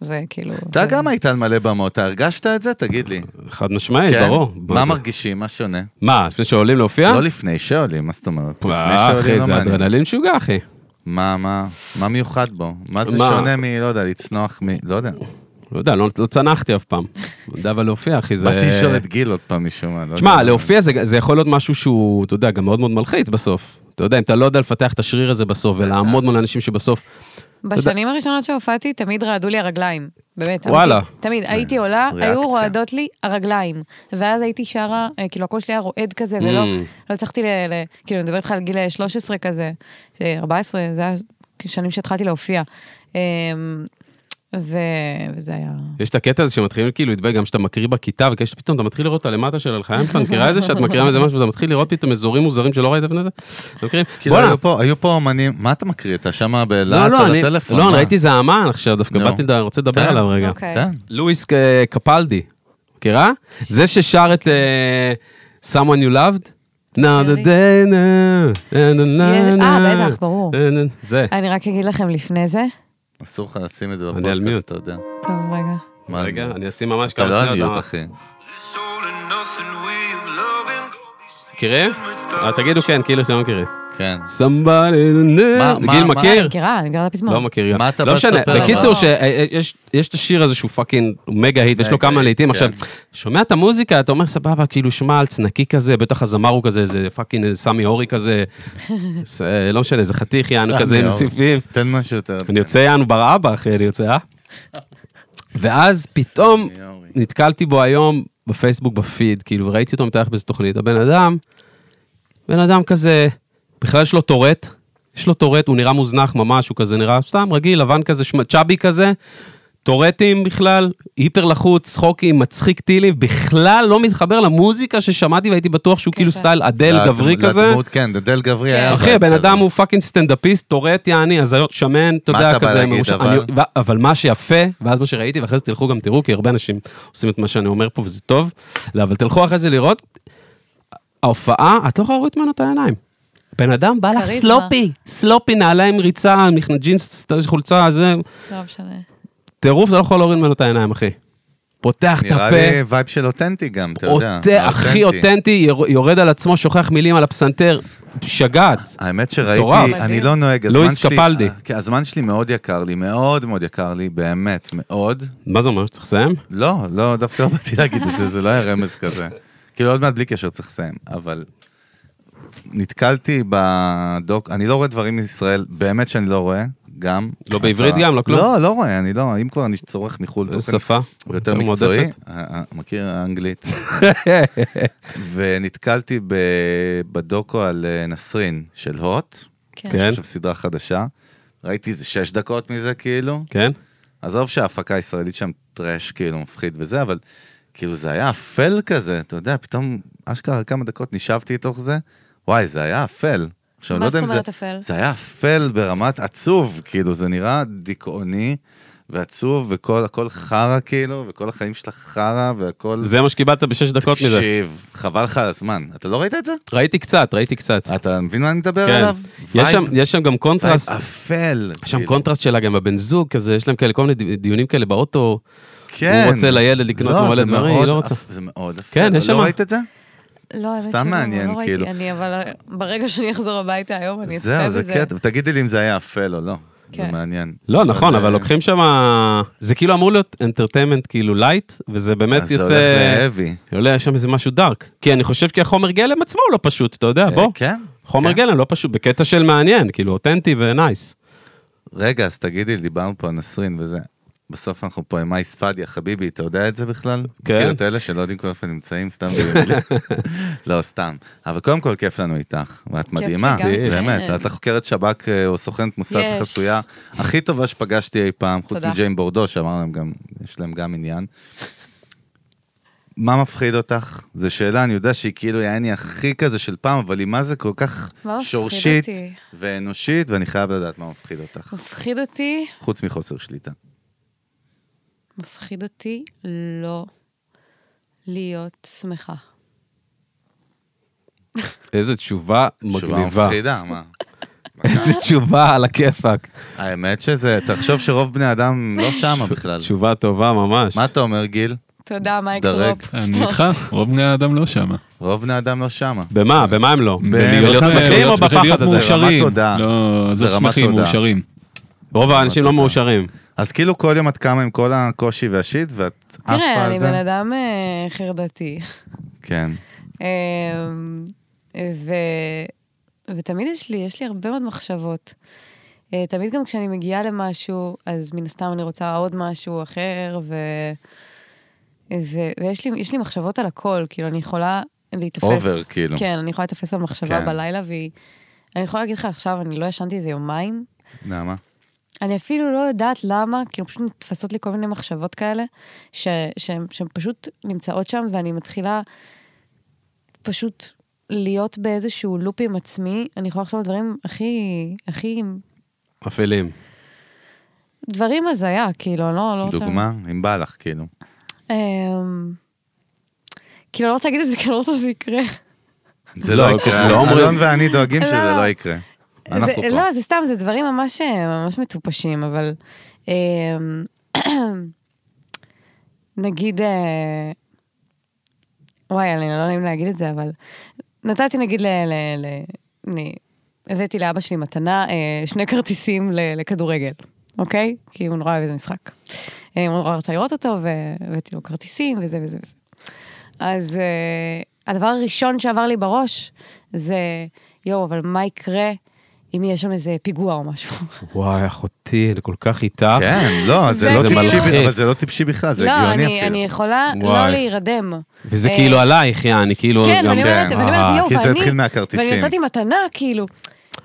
Speaker 4: זה כאילו...
Speaker 1: אתה
Speaker 4: זה-
Speaker 1: גם היית על מלא במות, אתה הרגשת את זה? תגיד לי.
Speaker 2: חד משמעית,
Speaker 1: כן?
Speaker 2: אה, ברור.
Speaker 1: מה
Speaker 2: זה-
Speaker 1: מרגישים? מה שונה?
Speaker 2: מה, לפני שעולים להופיע?
Speaker 1: לא לפני שעולים, מה זאת אומרת?
Speaker 2: אה,
Speaker 1: לפני שעולים
Speaker 2: אחי,
Speaker 1: לא
Speaker 2: זה
Speaker 1: מעניין.
Speaker 2: אדרנלין משוגע, אחי.
Speaker 1: מה, מה, מה מיוחד בו? מה זה
Speaker 2: מה?
Speaker 1: שונה מ... לא יודע, לצנוח מ... לא יודע.
Speaker 2: לא יודע, לא לא צנחתי אף פעם. אני יודע, אבל להופיע, אחי, זה...
Speaker 1: באתי לשאול את גיל עוד פעם משום מה. לא
Speaker 2: תשמע,
Speaker 1: יודע.
Speaker 2: להופיע זה, זה יכול להיות משהו שהוא, אתה יודע, גם מאוד מאוד מלחיץ בסוף. אתה יודע, אם אתה לא יודע לפתח את השריר הזה בסוף ולעמוד מול אנשים שבסוף...
Speaker 4: בשנים הראשונות שהופעתי, תמיד רעדו לי הרגליים. באמת.
Speaker 2: וואלה.
Speaker 4: אמיתי. תמיד, הייתי עולה,
Speaker 1: ריאקציה.
Speaker 4: היו רועדות לי הרגליים. ואז הייתי שרה, אה, כאילו הקול שלי היה רועד כזה, ולא
Speaker 2: Mm.
Speaker 4: לא הצלחתי ל... ל- כאילו, אני מדברת איתך על גיל 13 כזה, ש- 14, זה היה שנים שהתחלתי להופיע. אמ, ו... וזה היה...
Speaker 2: יש את הקטע הזה שמתחילים כאילו להתבייש, גם שאתה מקריא בכיתה, וכאילו שפתאום אתה מתחיל לראות את הלמטה של אלחיים, אתה מכירה את זה שאת מקריאה מזה משהו, ואתה מתחיל לראות פתאום אזורים מוזרים שלא ראית לפני זה? אתה מכיר?
Speaker 1: כאילו,
Speaker 2: בואנה,
Speaker 1: היו פה- היו פה אומנים, מה אתה מקריא? אתה שמה
Speaker 2: לא,
Speaker 1: בלהט
Speaker 2: לא,
Speaker 1: על
Speaker 2: אני-
Speaker 1: הטלפון?
Speaker 2: לא, אני
Speaker 1: מה?
Speaker 2: ראיתי זה אמן עכשיו, דווקא
Speaker 1: נו.
Speaker 2: באתי, לד- רוצה לדבר
Speaker 1: כן.
Speaker 2: עליו רגע.
Speaker 4: אוקיי.
Speaker 1: כן.
Speaker 2: לואיס אה, קפלדי, מכירה? זה ששר את אה, Someone You Loved? נה נה נה נה נה נה
Speaker 4: אוקיי. אה,
Speaker 2: נה
Speaker 4: בטח, ברור. אה.
Speaker 2: נה, נה, זה.
Speaker 4: אני רק אגיד לכם לפני זה.
Speaker 1: אסור לך לשים את זה
Speaker 2: אני על מיוט.
Speaker 1: בפודקאסט, אתה יודע.
Speaker 4: טוב, רגע.
Speaker 1: מה,
Speaker 2: רגע, אני אשים ממש
Speaker 1: אתה
Speaker 2: כמה
Speaker 1: לא
Speaker 2: שניות.
Speaker 1: על מיוט,
Speaker 2: אה.
Speaker 1: אחי.
Speaker 2: מכירים? אה, תגידו כן, כאילו שלא מכירים.
Speaker 1: כן.
Speaker 2: Somebody,
Speaker 1: מה, מה,
Speaker 2: גיל מכיר?
Speaker 4: אני מכירה, אני גרה בפזמון.
Speaker 2: לא מכיר גם.
Speaker 1: מה אתה
Speaker 2: לא
Speaker 1: בא
Speaker 2: משנה,
Speaker 1: לספר
Speaker 2: בקיצור,
Speaker 4: אבל?
Speaker 2: ש- אה, יש- יש את השיר הזה שהוא פאקינג מגה היט, ויש לו
Speaker 1: מגה
Speaker 2: כמה
Speaker 1: היט,
Speaker 2: להיטים.
Speaker 1: כן.
Speaker 2: עכשיו, שומע את המוזיקה, אתה אומר, סבבה, כאילו, שמע, על צנקי כזה, בטח הזמר הוא כזה, איזה פאקינג איזה סמי אורי כזה, זה- לא משנה, איזה חתיך יענו
Speaker 1: סמי
Speaker 2: כזה עם
Speaker 1: אורי.
Speaker 2: סיפים.
Speaker 1: תן משהו יותר.
Speaker 2: אני יוצא יענו בר אבא, אחי, אני יוצא, אה? ואז פתאום
Speaker 1: סמי אורי.
Speaker 2: נתקלתי בו היום בפייסבוק, בפיד, כאילו, וראיתי אותו מתארח באיזה תוכנית. הבן אדם, בן אדם כזה, בכלל יש לו טורט, יש לו טורט, הוא נראה מוזנח ממש, הוא כזה נראה סתם רגיל, לבן כזה, שמ- צ'אבי כזה, טורטים בכלל, היפר לחוץ, צחוקי, מצחיק טילי, בכלל לא מתחבר למוזיקה ששמעתי והייתי בטוח שהוא כאילו
Speaker 4: קטע.
Speaker 2: סטייל אדל
Speaker 1: לדמ-
Speaker 2: גברי כזה.
Speaker 1: לדמות, כן, דל גברי
Speaker 4: כן.
Speaker 1: היה...
Speaker 2: אחי,
Speaker 1: אבל
Speaker 2: הבן
Speaker 1: כזה.
Speaker 2: אדם הוא פאקינג סטנדאפיסט, טורט יעני, הזיות, שמן, אתה
Speaker 1: מה
Speaker 2: יודע,
Speaker 1: אתה בא
Speaker 2: כזה
Speaker 1: להגיד,
Speaker 2: מרושע.
Speaker 1: אבל?
Speaker 2: אני- ו- אבל מה שיפה, ואז מה שראיתי, ואחרי זה תלכו גם תראו, כי הרבה אנשים עושים את מה שאני אומר פה וזה טוב, לא, אבל תלכו אחרי זה לראות, ההופעה, את לא יכולה להוריד ממנו את העיניים. בן אדם בא לך
Speaker 4: כריזמה.
Speaker 2: סלופי, סלופי, נעליים ריצה, מכנ- ג'ינס, חולצה, זה,
Speaker 4: לא משנה.
Speaker 2: טירוף, אתה לא יכול להוריד ממנו את העיניים, אחי. פותח את
Speaker 1: נראה
Speaker 2: הפה.
Speaker 1: לי וייב של אותנטי גם, אתה יודע.
Speaker 2: אותנטי, הכי אותנטי, יור- יורד על עצמו, שוכח מילים על הפסנתר, שגעת.
Speaker 1: האמת
Speaker 2: מטורף.
Speaker 1: שראיתי, אני
Speaker 4: מדהים.
Speaker 1: לא נוהג, הזמן
Speaker 2: לואיס
Speaker 1: שלי...
Speaker 2: קפלדי.
Speaker 1: כן, הזמן שלי מאוד יקר לי, מאוד מאוד יקר לי, באמת, מאוד.
Speaker 2: מה זה אומר? צריך לסיים?
Speaker 1: לא, לא, דווקא לא באתי להגיד את זה, זה לא היה רמז כזה. כאילו, עוד מעט בלי קשר צריך לסיים, אבל... נתקלתי בדוק, אני לא רואה דברים מישראל, באמת שאני לא רואה, גם.
Speaker 2: לא בעברית
Speaker 1: הצהרה.
Speaker 2: גם, לא כלום?
Speaker 1: לא, לא רואה, אני לא, אם כבר אני צורך מחו"ל,
Speaker 2: זה
Speaker 1: תוכן
Speaker 2: שפה.
Speaker 1: הוא יותר מקצועי,
Speaker 2: מועדפת.
Speaker 1: אה, אה, מכיר אנגלית. ונתקלתי ב- בדוקו על אה, נסרין של הוט,
Speaker 4: כן.
Speaker 2: כן.
Speaker 1: יש עכשיו סדרה חדשה, ראיתי איזה שש דקות מזה כאילו,
Speaker 2: כן?
Speaker 1: עזוב שההפקה הישראלית שם טראש כאילו מפחיד וזה, אבל כאילו זה היה אפל כזה, אתה יודע, פתאום אשכרה כמה דקות נשאבתי לתוך זה, וואי, זה היה אפל. עכשיו,
Speaker 4: מה
Speaker 1: לא יודע
Speaker 4: זאת
Speaker 1: אם זה...
Speaker 4: אומרת אפל?
Speaker 1: זה היה אפל ברמת עצוב, כאילו, זה נראה דיכאוני ועצוב, וכל הכל חרא כאילו, וכל החיים שלך חרא, והכל...
Speaker 2: זה מה שקיבלת בשש דקות מזה.
Speaker 1: תקשיב, חבל לך על הזמן. אתה לא ראית את זה?
Speaker 2: ראיתי קצת, ראיתי קצת.
Speaker 1: אתה מבין מה אני מדבר
Speaker 2: כן.
Speaker 1: עליו?
Speaker 2: יש שם-
Speaker 1: וייב-
Speaker 2: יש שם גם
Speaker 1: וייב
Speaker 2: קונטרסט,
Speaker 1: אפל.
Speaker 2: יש שם
Speaker 1: כאילו.
Speaker 2: קונטרסט שלה גם הבן זוג, כזה, יש להם כאלה כל מיני די- דיונים כאלה באוטו.
Speaker 1: כן.
Speaker 2: הוא רוצה לילד לקנות
Speaker 1: לא,
Speaker 2: לו מלא
Speaker 1: זה
Speaker 2: דברים,
Speaker 1: מאוד
Speaker 2: היא לא רוצה.
Speaker 1: אפ- זה מאוד אפל.
Speaker 2: כן, יש
Speaker 1: לא
Speaker 2: שם-
Speaker 1: ראית את זה?
Speaker 4: לא, האמת
Speaker 1: סתם
Speaker 4: שלא,
Speaker 1: מעניין,
Speaker 4: לא ראיתי.
Speaker 1: כאילו.
Speaker 4: אני, אבל ברגע שאני אחזור הביתה היום, אני אצפה
Speaker 1: זהו,
Speaker 4: בזה.
Speaker 1: זה קטע. תגידי לי אם זה היה אפל או לא. זה
Speaker 4: כן.
Speaker 1: מעניין.
Speaker 2: לא, נכון,
Speaker 1: אה,
Speaker 2: אבל לוקחים שם... זה כאילו אמור להיות אנטרטיימנט כאילו לייט, וזה באמת
Speaker 1: אז אה, זה הולך
Speaker 2: יוצא...
Speaker 1: להאבי.
Speaker 2: עולה שם איזה משהו דארק. כי אני חושב כי החומר גלם עצמו הוא לא פשוט, אתה יודע, בוא.
Speaker 1: אה, כן.
Speaker 2: חומר
Speaker 1: כן.
Speaker 2: גלם לא פשוט, בקטע של מעניין, כאילו אותנטי ונייס.
Speaker 1: רגע, אז תגידי, דיברנו פה על נסרין וזה. בסוף אנחנו פה עם מאי ספדיה, חביבי, אתה יודע את זה בכלל?
Speaker 2: כן.
Speaker 1: מכיר את אלה שלא יודעים כל איפה נמצאים, סתם במילים. לא, סתם. אבל קודם כל, כיף לנו איתך, ואת
Speaker 4: לי
Speaker 1: מדהימה,
Speaker 4: גם כן.
Speaker 1: באמת. את החוקרת שב"כ אה, או סוכנת מוסד
Speaker 4: יש.
Speaker 1: חסויה הכי טובה שפגשתי אי פעם, חוץ
Speaker 4: תודה.
Speaker 1: מג'יין בורדו, שאמר להם גם, יש להם גם עניין. מה מפחיד אותך? זו שאלה, אני יודע שהיא כאילו יעני הכי כזה של פעם, אבל היא מה זה כל כך
Speaker 4: מה מפחיד
Speaker 1: שורשית
Speaker 4: אותי?
Speaker 1: ואנושית, ואני חייב לדעת מה מפחיד אותך.
Speaker 4: מפחיד אותי,
Speaker 1: חוץ מחוסר שליטה.
Speaker 4: מפחיד אותי לא להיות שמחה.
Speaker 2: איזה תשובה
Speaker 1: תשובה
Speaker 2: מגניבה.
Speaker 1: מפחידה, מה?
Speaker 2: איזה תשובה על הכיפאק.
Speaker 1: האמת שזה, תחשוב שרוב בני אדם לא שמה בכלל.
Speaker 2: תשובה טובה ממש.
Speaker 1: מה אתה אומר, גיל?
Speaker 4: תודה, מייק
Speaker 1: דרג.
Speaker 4: דרופ.
Speaker 3: אני איתך, רוב בני האדם לא שמה.
Speaker 1: רוב בני אדם לא שמה.
Speaker 2: במה? במה הם לא?
Speaker 1: בלהיות
Speaker 2: שמחים או
Speaker 3: להיות שמחים, אה, להיות
Speaker 2: בפחד הזה?
Speaker 1: מאושר.
Speaker 3: מאושרים.
Speaker 1: תודה.
Speaker 3: לא,
Speaker 1: זה
Speaker 3: זה
Speaker 1: רמת
Speaker 3: שמחים,
Speaker 1: תודה.
Speaker 3: מאושרים.
Speaker 2: רוב האנשים לא מאושרים.
Speaker 1: אז כאילו כל יום את קמה עם כל הקושי והשיט, ואת עפה על זה?
Speaker 4: תראה, אני בן אדם אה, חרדתי.
Speaker 1: כן.
Speaker 4: אמ, ו... ותמיד יש לי, יש לי הרבה מאוד מחשבות. אה, תמיד גם כשאני מגיעה למשהו, אז מן הסתם אני רוצה עוד משהו אחר, ו... ו... ויש לי, יש לי מחשבות על הכל, כאילו, אני יכולה להיתפס...
Speaker 1: אובר, כאילו.
Speaker 4: כן, אני יכולה להיתפס על מחשבה
Speaker 1: כן.
Speaker 4: בלילה, והיא... אני יכולה להגיד לך עכשיו, אני לא ישנתי איזה יומיים,
Speaker 1: למה?
Speaker 4: אני אפילו לא יודעת למה, כאילו פשוט נתפסות לי כל מיני מחשבות כאלה, ש- שהן שהן פשוט נמצאות שם, ואני מתחילה פשוט להיות באיזשהו לופ עם עצמי. אני יכולה לחשוב על דברים הכי, הכי,
Speaker 2: אפלים.
Speaker 4: דברים הזיה, כאילו, אני לא, לא רוצה...
Speaker 1: דוגמה? אם בא לך, כאילו.
Speaker 4: אמ, כאילו, אני לא רוצה להגיד את זה, כי אני לא רוצה שזה יקרה.
Speaker 1: זה לא
Speaker 2: לא,
Speaker 1: יקרה.
Speaker 2: לא אומרים.
Speaker 1: אלון ואני דואגים
Speaker 4: לא.
Speaker 1: שזה לא יקרה. אנחנו
Speaker 4: זה,
Speaker 1: פה.
Speaker 4: לא, זה סתם, זה דברים ממש, אה, ממש מטופשים, אבל... אמ, נגיד... אה, וואי, אני לא נעים להגיד את זה, אבל... נתתי נגיד ל... ל, ל אני, הבאתי לאבא שלי מתנה אה, שני כרטיסים ל, לכדורגל, אוקיי? כי הוא נורא אוהב איזה משחק. אה, הוא נורא רצה לראות אותו, והבאתי לו כרטיסים וזה וזה וזה. אז אה, הדבר הראשון שעבר לי בראש זה, יואו, אבל מה יקרה אם יהיה שם איזה פיגוע או משהו?
Speaker 2: וואי, אחותי, אני כל כך איתך.
Speaker 1: כן, לא, זה
Speaker 4: זה
Speaker 1: לא
Speaker 4: זה
Speaker 1: טיפשי,
Speaker 2: מלחיץ.
Speaker 1: אבל זה לא טיפשי בכלל, זה
Speaker 4: לא,
Speaker 1: הגיוני
Speaker 4: אני, אני
Speaker 1: אפילו.
Speaker 4: יכולה לא
Speaker 2: וואי.
Speaker 4: להירדם.
Speaker 2: וזה
Speaker 4: אה,
Speaker 2: כאילו עלייך, יעני, כאילו...
Speaker 4: כן,
Speaker 2: גם-
Speaker 4: ואני אומרת,
Speaker 1: כן.
Speaker 4: ואני אומרת,
Speaker 2: אה,
Speaker 4: יואו,
Speaker 1: כי זה
Speaker 4: ואני-
Speaker 1: התחיל
Speaker 4: ואני
Speaker 1: מהכרטיסים.
Speaker 4: נתתי מתנה, כאילו.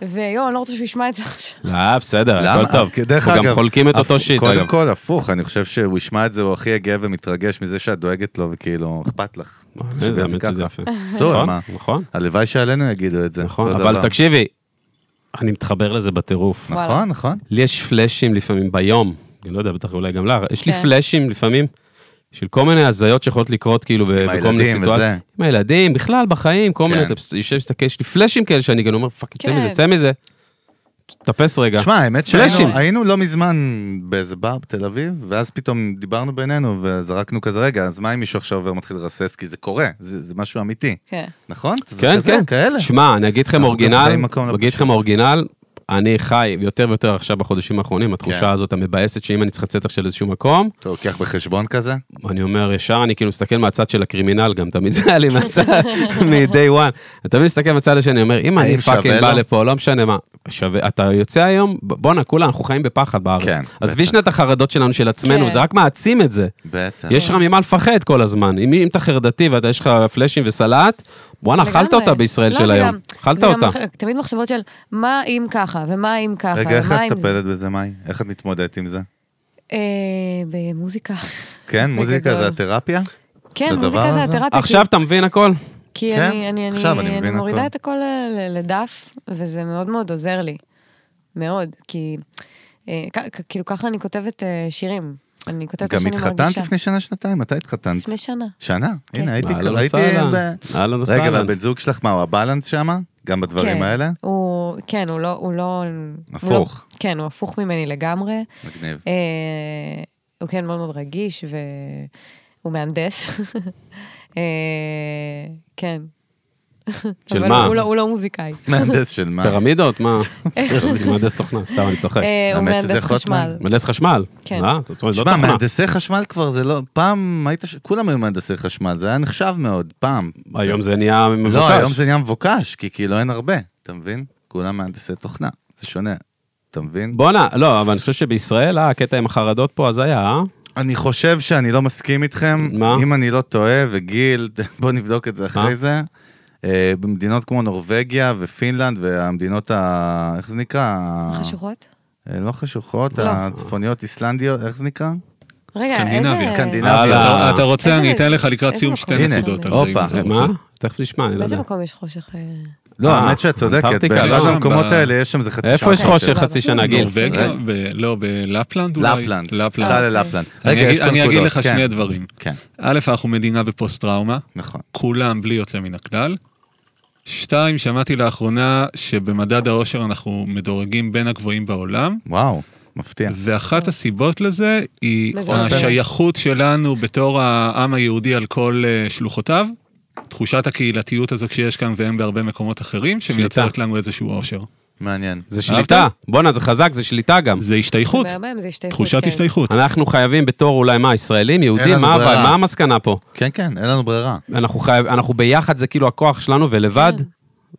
Speaker 4: ויואו, אני לא רוצה שהוא ישמע את זה עכשיו.
Speaker 2: לא, בסדר,
Speaker 1: למה?
Speaker 2: הכל טוב.
Speaker 1: כי דרך
Speaker 2: אנחנו
Speaker 1: אגב,
Speaker 2: גם חולקים את
Speaker 1: הפוך-
Speaker 2: אותו שיט,
Speaker 1: קודם
Speaker 2: אגב.
Speaker 1: כל, הפוך, אני חושב שהוא ישמע את זה, הוא הכי יגע ומתרגש מזה שאת דואגת לו, וכאילו, אכפת לך. אני חושב
Speaker 2: זה
Speaker 1: שזה
Speaker 2: האמת אה, שזה
Speaker 1: ככה.
Speaker 2: יפה.
Speaker 1: אסור,
Speaker 2: נכון,
Speaker 1: מה?
Speaker 2: נכון,
Speaker 1: הלוואי שעלינו יגידו את זה.
Speaker 2: נכון,
Speaker 1: אותו
Speaker 2: אבל
Speaker 1: דבר.
Speaker 2: תקשיבי, אני מתחבר לזה בטירוף.
Speaker 1: נכון,
Speaker 4: וואלה.
Speaker 1: נכון.
Speaker 2: לי יש פלאשים לפעמים ביום, אני לא יודע, בטח אולי גם לך, יש לי
Speaker 4: כן.
Speaker 2: פלאשים לפעמים של כל מיני הזיות שיכולות לקרות כאילו ב- בכל מיני
Speaker 1: הילדים
Speaker 2: סיטואציות.
Speaker 1: וזה.
Speaker 2: עם הילדים, בכלל, בחיים, כל מיני,
Speaker 1: כן.
Speaker 2: אתה יושב, מסתכל, יש לי פלאשים כאלה שאני גם אומר, פאק, צא
Speaker 4: כן.
Speaker 2: מזה, צא מזה. תאפס רגע.
Speaker 1: תשמע, האמת
Speaker 2: פלאשים.
Speaker 1: שהיינו היינו לא מזמן באיזה בר בתל אביב, ואז פתאום דיברנו בינינו וזרקנו כזה, רגע, אז מה אם מישהו עכשיו עובר מתחיל לרסס? כי זה קורה, זה זה משהו אמיתי,
Speaker 4: כן.
Speaker 1: נכון? זה
Speaker 2: כן,
Speaker 1: כזה,
Speaker 2: כן.
Speaker 1: כאלה.
Speaker 2: שמע, אני אגיד לכם
Speaker 1: אנחנו גם
Speaker 2: אורגינל,
Speaker 1: חיים מקום לא
Speaker 2: אגיד
Speaker 1: פשוט.
Speaker 2: לכם אורגינל, אני חי יותר ויותר עכשיו בחודשים האחרונים,
Speaker 1: כן.
Speaker 2: התחושה הזאת המבאסת שאם אני צריך לצאת עכשיו לאיזשהו מקום,
Speaker 1: אתה לוקח בחשבון כזה?
Speaker 2: אני אומר ישר, אני כאילו מסתכל מהצד של הקרימינל גם, תמיד זה היה לי מהצד, מ-day one. אתה תמיד מסתכל מהצד השני, אומר, אם אני
Speaker 1: האם שווה
Speaker 2: פאקינג בא
Speaker 1: לו?"
Speaker 2: לפה, לא משנה מה, שווה, אתה יוצא היום, ב- בואנה, כולה, אנחנו חיים בפחד בארץ.
Speaker 1: כן,
Speaker 2: עזבי
Speaker 1: בטח.
Speaker 2: שנייה את החרדות שלנו, של עצמנו,
Speaker 4: כן.
Speaker 2: זה רק מעצים את זה.
Speaker 1: בטח.
Speaker 2: יש לך ממה לפחד כל הזמן. אם אם אתה חרדתי ואתה, יש לך פלאשים וסלט, בואנה,
Speaker 4: לגמרי.
Speaker 2: אכלת אותה בישראל
Speaker 4: לא,
Speaker 2: של
Speaker 4: זה
Speaker 2: היום.
Speaker 4: גם-
Speaker 2: אכלת
Speaker 4: זה גם
Speaker 2: אותה.
Speaker 4: מח- תמיד מחשבות של מה אם ככה, ומה אם ככה,
Speaker 1: רגע, איך
Speaker 4: ומה
Speaker 1: את
Speaker 4: אם זה.
Speaker 1: מטפלת בזה, מאי? איך את מתמודדת עם זה?
Speaker 4: אה, במוזיקה.
Speaker 1: כן, מוזיקה
Speaker 4: בגדול.
Speaker 1: זה התרפיה? של
Speaker 4: כן,
Speaker 1: הדבר
Speaker 4: מוזיקה זה
Speaker 1: הזה?
Speaker 4: התרפיה.
Speaker 2: עכשיו אתה מבין הכל?
Speaker 4: כי
Speaker 1: כן,
Speaker 4: אני, אני,
Speaker 1: עכשיו אני
Speaker 4: אני, אני
Speaker 1: מבין הכל.
Speaker 4: מורידה את הכל אה, ל- לדף, וזה מאוד מאוד עוזר לי. מאוד, כי אה, כ- כ- כאילו ככה אני כותבת אה, שירים. אני כותבת מה
Speaker 1: גם
Speaker 4: שאני מרגישה.
Speaker 1: התחתנת לפני שנה-שנתיים? מתי התחתנת?
Speaker 4: לפני שנה.
Speaker 1: שנה?
Speaker 4: כן.
Speaker 1: הנה, הייתי...
Speaker 2: אהלן
Speaker 1: הייתי
Speaker 2: וסהלן.
Speaker 1: ב-
Speaker 2: אהלן
Speaker 1: רגע,
Speaker 2: וסהלן.
Speaker 1: והבן זוג שלך, מה, הוא הבלנס שמה? גם בדברים
Speaker 4: כן.
Speaker 1: האלה?
Speaker 4: הוא, כן, הוא לא... הוא לא הוא לא,
Speaker 1: הפוך.
Speaker 4: כן, הוא הפוך ממני לגמרי.
Speaker 1: מגניב.
Speaker 4: אה, הוא כן מאוד מאוד רגיש, והוא מהנדס. אה, כן.
Speaker 2: של
Speaker 4: אבל
Speaker 2: מה?
Speaker 4: הוא לא- הוא לא מוזיקאי.
Speaker 1: מהנדס של מה?
Speaker 2: פירמידות? מה? מהנדס תוכנה, סתם, אני צוחק.
Speaker 4: אה, הוא
Speaker 1: האמת שזה
Speaker 4: מהנדס
Speaker 1: יכול להיות
Speaker 4: חשמל.
Speaker 2: מהנדס חשמל?
Speaker 4: כן.
Speaker 2: מה? זאת אומרת, לא
Speaker 1: שמע,
Speaker 2: תוכנה.
Speaker 1: מהנדסי חשמל כבר זה לא... פעם היית... ש- כולם היו מהנדסי חשמל, זה היה נחשב מאוד, פעם.
Speaker 2: היום זה נהיה מבוקש.
Speaker 1: לא, היום זה נהיה מבוקש, כי כאילו אין הרבה, אתה מבין? כולם מהנדסי תוכנה, זה שונה. אתה מבין?
Speaker 2: בואנה, לא, אבל אני חושב שבישראל, אה, הקטע עם החרדות פה, אז היה, אה?
Speaker 1: אני חושב שאני לא מסכים איתכם.
Speaker 2: מה?
Speaker 1: אם אני לא טועה, וגיל, בוא נבדוק את זה
Speaker 2: מה?
Speaker 1: אחרי זה. אה, במדינות כמו נורבגיה ופינלנד והמדינות ה... איך זה נקרא?
Speaker 4: חשוכות?
Speaker 1: אה, לא חשוכות,
Speaker 2: לא.
Speaker 1: הצפוניות איסלנדיות, איך זה נקרא?
Speaker 4: רגע,
Speaker 3: סקנדינביה.
Speaker 4: איזה-
Speaker 1: סקנדינביה.
Speaker 2: הלאה.
Speaker 3: אתה- אתה רוצה,
Speaker 4: איזה-
Speaker 3: אני אתן לך לקראת
Speaker 4: איזה
Speaker 3: סיום
Speaker 4: מקום?
Speaker 3: שתי
Speaker 1: הנה,
Speaker 3: נקודות. על
Speaker 1: הופה.
Speaker 3: זה, אם אתה
Speaker 2: אה, מה?
Speaker 3: רוצה.
Speaker 2: תכף נשמע, אני לא
Speaker 4: באיזה
Speaker 2: יודע.
Speaker 4: מקום יש חושך? אה?
Speaker 1: לא,
Speaker 2: אה,
Speaker 1: האמת שאת צודקת,
Speaker 2: אנטארקטיקה,
Speaker 1: באחד
Speaker 3: לא.
Speaker 1: המקומות
Speaker 3: ב-
Speaker 1: האלה יש שם איזה חצי שעה.
Speaker 2: איפה יש
Speaker 1: חושך.
Speaker 2: חושך
Speaker 4: סבבה.
Speaker 2: חצי שנה, גיל?
Speaker 3: נורבגיה?
Speaker 1: רגע.
Speaker 3: ב- לא, בלפלנד אולי?
Speaker 1: לפלנד. סע
Speaker 3: לפלנד.
Speaker 1: ללפלנד.
Speaker 3: אני
Speaker 1: רגע,
Speaker 3: אגיד-
Speaker 1: יש פה
Speaker 3: אני אגיד
Speaker 1: נקודות,
Speaker 3: לך
Speaker 1: כן,
Speaker 3: שני דברים.
Speaker 1: כן,
Speaker 3: א', אנחנו מדינה בפוסט-טראומה,
Speaker 1: נכון.
Speaker 3: כולם בלי יוצא מן הכלל. שתיים, שמעתי לאחרונה שבמדד האושר אנחנו מדורגים בין הגבוהים בעולם,
Speaker 1: וואו, מפתיע.
Speaker 3: ואחת הסיבות לזה היא
Speaker 4: מזעזע.
Speaker 3: השייכות שלנו בתור העם היהודי על כל אה, שלוחותיו, תחושת הקהילתיות הזו שיש כאן ואין בהרבה מקומות אחרים, שמייצרת לנו איזשהו אושר.
Speaker 1: מעניין.
Speaker 2: זה שליטה. בואנה, זה חזק, זה שליטה גם.
Speaker 3: זה השתייכות,
Speaker 4: מהמם, זה השתייכות.
Speaker 3: תחושת
Speaker 4: כן.
Speaker 3: השתייכות.
Speaker 2: אנחנו חייבים בתור אולי מה, ישראלים, יהודים,
Speaker 1: לנו
Speaker 2: מה אבל-
Speaker 1: ברירה.
Speaker 2: מה המסקנה פה?
Speaker 1: כן, כן, אין לנו ברירה.
Speaker 4: כן.
Speaker 2: אנחנו חייב- אנחנו ביחד, זה כאילו הכוח שלנו, ולבד,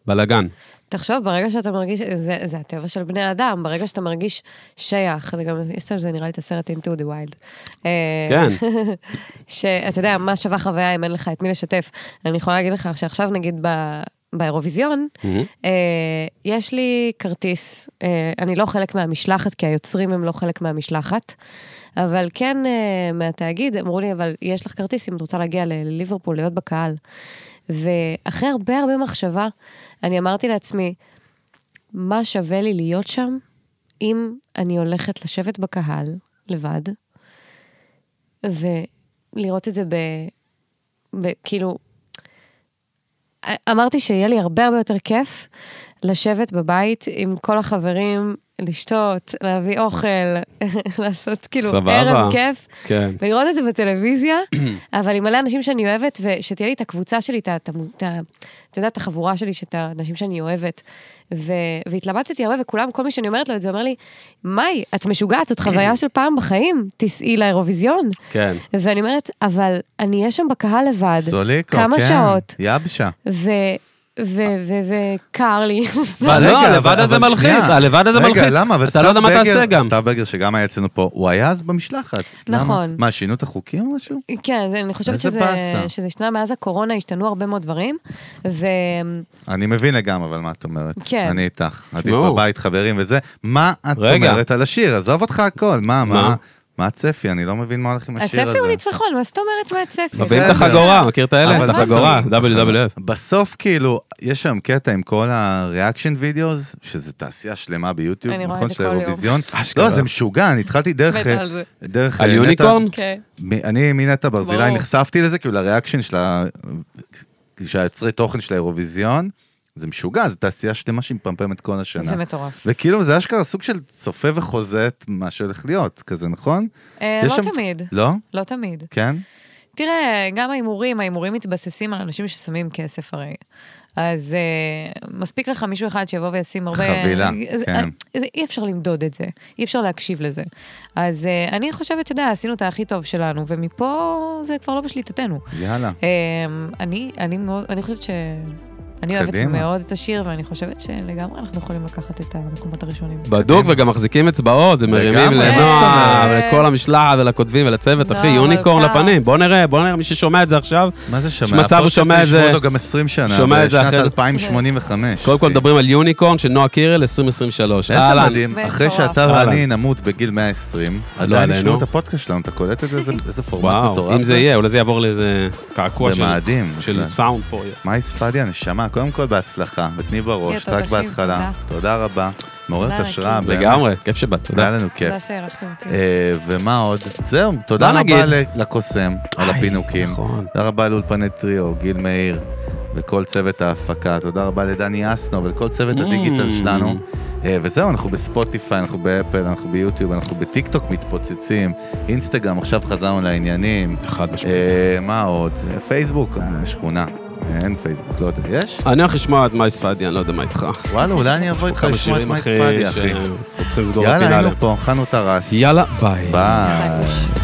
Speaker 2: בלאגן.
Speaker 4: תחשוב, ברגע שאתה מרגיש, זה, זה הטבע של בני אדם, ברגע שאתה מרגיש שייך, זה גם, יש על זה נראה לי את הסרט Into the Wild. אה,
Speaker 2: כן.
Speaker 4: שאתה יודע, מה שווה חוויה אם אין לך את מי לשתף. אני יכולה להגיד לך שעכשיו נגיד ב... באירוויזיון,
Speaker 2: מהמם.
Speaker 4: אה, יש לי כרטיס, אה, אני לא חלק מהמשלחת, כי היוצרים הם לא חלק מהמשלחת, אבל כן אה, מהתאגיד אמרו לי, אבל יש לך כרטיס אם את רוצה להגיע ל- לליברפול, להיות בקהל. ואחרי הרבה הרבה מחשבה, אני אמרתי לעצמי, מה שווה לי להיות שם אם אני הולכת לשבת בקהל לבד, ולראות את זה ב... ב כאילו... אמרתי שיהיה לי הרבה הרבה יותר כיף לשבת בבית עם כל החברים, לשתות, להביא אוכל, לעשות כאילו
Speaker 2: סבבה.
Speaker 4: ערב כיף,
Speaker 2: כן.
Speaker 4: ולראות את זה בטלוויזיה, אבל עם מלא אנשים שאני אוהבת, ושתהיה לי את הקבוצה שלי, את ה- את המו- את ה- אתה יודע, את החבורה שלי, שאת האנשים שאני אוהבת. ו... והתלבטתי הרבה, וכולם, כל מי שאני אומרת לו את זה, אומר לי, מאי, את משוגעת, זאת חוויה של פעם בחיים, תיסעי לאירוויזיון.
Speaker 2: כן.
Speaker 4: ואני אומרת, אבל אני אהיה שם בקהל לבד,
Speaker 1: סוליקו,
Speaker 4: כמה
Speaker 1: כן.
Speaker 4: שעות,
Speaker 1: יבשה.
Speaker 4: וקר לי.
Speaker 2: אבל
Speaker 1: רגע,
Speaker 2: לא,
Speaker 1: אבל-
Speaker 2: הלבד הזה
Speaker 1: אבל
Speaker 2: מלחיץ,
Speaker 1: שנייה.
Speaker 2: הלבד הזה מלחיץ.
Speaker 1: רגע, למה? אבל
Speaker 2: אתה לא יודע מה
Speaker 1: סתיו
Speaker 2: תעשה
Speaker 1: בגר-
Speaker 2: גם.
Speaker 1: סתיו בגר, שגם היה אצלנו פה, הוא היה אז במשלחת. למה?
Speaker 4: נכון.
Speaker 1: מה, שינו את החוקים או משהו?
Speaker 4: כן, זה- אני חושבת
Speaker 1: איזה
Speaker 4: שזה,
Speaker 1: באסה.
Speaker 4: שזה השתנה, מאז הקורונה השתנו הרבה מאוד דברים, ו...
Speaker 1: אני מבין לגמרי, אבל מה את אומרת?
Speaker 4: כן.
Speaker 1: אני איתך. עדיף
Speaker 2: תשמעו.
Speaker 1: בבית, חברים וזה. מה את
Speaker 2: רגע.
Speaker 1: אומרת על השיר? עזוב אותך הכל. מה,
Speaker 2: מה?
Speaker 1: מה? מה הצפי? אני לא מבין מה הולך עם השיר הזה.
Speaker 4: הצפי הוא ניצחון, מה זאת אומרת מה הצפי?
Speaker 1: בסדר.
Speaker 2: מביאים את החגורה, מכיר את האלה?
Speaker 1: אבל
Speaker 2: את החגורה, WWF.
Speaker 1: בסוף כאילו, יש שם קטע עם כל הריאקשן וידאוס, שזה תעשייה שלמה ביוטיוב,
Speaker 4: אני רואה
Speaker 1: נכון?
Speaker 4: את זה
Speaker 1: של
Speaker 4: כל יום.
Speaker 1: האירוויזיון.
Speaker 2: אשכרה.
Speaker 1: לא, זה משוגע, אני התחלתי דרך...
Speaker 4: מתה על זה.
Speaker 1: דרך...
Speaker 2: על
Speaker 1: אה, נטע-
Speaker 2: יוניקורן?
Speaker 4: כן.
Speaker 1: מ- אני מנטע ברזילי
Speaker 4: ברור.
Speaker 1: נחשפתי לזה, כאילו לריאקשן של ה... של היוצרי תוכן של האירוויזיון, זה משוגע, זו תעשייה שלמה שהיא מפמפמת כל השנה.
Speaker 4: זה מטורף.
Speaker 1: וכאילו זה אשכרה סוג של צופה וחוזה את מה שהולך להיות, כזה נכון?
Speaker 4: אה,
Speaker 1: יש
Speaker 4: לא
Speaker 1: שם-
Speaker 4: תמיד,
Speaker 1: לא?
Speaker 4: לא תמיד.
Speaker 1: כן?
Speaker 4: תראה, גם ההימורים, ההימורים מתבססים על אנשים ששמים כסף הרי. אז אה, מספיק לך מישהו אחד שיבוא וישים הרבה...
Speaker 1: חבילה,
Speaker 4: אז,
Speaker 1: כן.
Speaker 4: אה, אז אי אפשר למדוד את זה, אי אפשר להקשיב לזה. אז אה, אני חושבת, שאתה יודע, עשינו את הכי טוב שלנו, ומפה זה כבר לא בשליטתנו.
Speaker 1: יאללה.
Speaker 4: אה, אני, אני מאוד, אני חושבת ש... אני אוהבת
Speaker 1: קדימה.
Speaker 4: מאוד את השיר, ואני חושבת שלגמרי אנחנו יכולים לקחת את המקומות הראשונים.
Speaker 2: בדוק וגם מחזיקים אצבעות ומרימים
Speaker 1: כן. לגמרי, מה זאת
Speaker 2: לנועה
Speaker 4: אומרת?
Speaker 2: ולכל המשלחת ולכותבים ולצוות, אחי,
Speaker 4: לא,
Speaker 2: יוניקורן
Speaker 4: אבל כמה-
Speaker 2: לפנים. בוא נראה, בוא נראה, מי ששומע את זה עכשיו,
Speaker 1: מה זה שומע?
Speaker 2: יש מצב, הוא שומע
Speaker 1: הפודקאסט
Speaker 2: איזה-
Speaker 1: ישמעו אותו גם 20 שנה,
Speaker 2: שומע איזה
Speaker 1: בשנת
Speaker 2: אחרת.
Speaker 1: 2085.
Speaker 2: קודם כל
Speaker 1: אחי.
Speaker 2: מדברים על יוניקורן של נועה קירל 2023.
Speaker 1: כן. איזה
Speaker 2: אהלן.
Speaker 1: מדהים,
Speaker 4: מטורף.
Speaker 1: אחרי שאתה
Speaker 2: אהלן. לא
Speaker 1: ואני נמות בגיל 120, עדיין
Speaker 2: עלינו.
Speaker 1: ישמעו את הפודקאסט שלנו, אתה קולט את זה? איזה- איזה פורמט
Speaker 2: וואו,
Speaker 1: מטורף.
Speaker 2: אם זה יהיה, אולי זה יעבור לאיזה קעקוע
Speaker 1: זה
Speaker 2: של-
Speaker 1: מאדים,
Speaker 2: של
Speaker 1: בכלל.
Speaker 2: סאונד פה.
Speaker 1: מאי ספדיה, נשמה, קודם כל בהצלחה, ותני בראש,
Speaker 4: תודה,
Speaker 1: רק
Speaker 4: תודה.
Speaker 1: בהתחלה. תודה רבה. מעוררת
Speaker 4: תודה,
Speaker 1: השראה.
Speaker 4: תודה.
Speaker 1: באמת.
Speaker 2: לגמרי, כיף שבאת,
Speaker 1: היה
Speaker 2: תודה.
Speaker 1: לנו כיף.
Speaker 4: תודה שהערכתם אותי.
Speaker 1: אה, ומה עוד? זהו, תודה
Speaker 2: מה נגיד?
Speaker 1: רבה ל- לקוסם על
Speaker 2: איי,
Speaker 1: הפינוקים.
Speaker 2: נכון.
Speaker 1: תודה רבה לאולפני טריו, גיל מאיר וכל צוות ההפקה. תודה רבה לדני אסנו ולכל צוות
Speaker 2: Mm.
Speaker 1: הדיגיטל שלנו. אה, וזהו, אנחנו בספוטיפיי, אנחנו באפל, אנחנו ביוטיוב, אנחנו בטיק טוק מתפוצצים, אינסטגרם, עכשיו חזרנו לעניינים.
Speaker 2: חד משמעית.
Speaker 1: אה, מה עוד? פייסבוק, אה, שכונה. אין פייסבוק, לא יודע, יש?
Speaker 2: אני הולך לשמוע את מאי ספדיה, אני לא יודע מה איתך.
Speaker 1: וואלה, אולי אני אבוא איתך
Speaker 2: כמה
Speaker 1: לשמוע את
Speaker 2: שירים,
Speaker 1: מייס
Speaker 2: אחי,
Speaker 1: פאדי, אחי.
Speaker 2: שרוצים לסגור את
Speaker 1: יאללה,
Speaker 2: הפינה.
Speaker 1: היינו פה, אכלנו את הרס.
Speaker 2: יאללה, ביי.
Speaker 1: ביי.
Speaker 4: חכוש.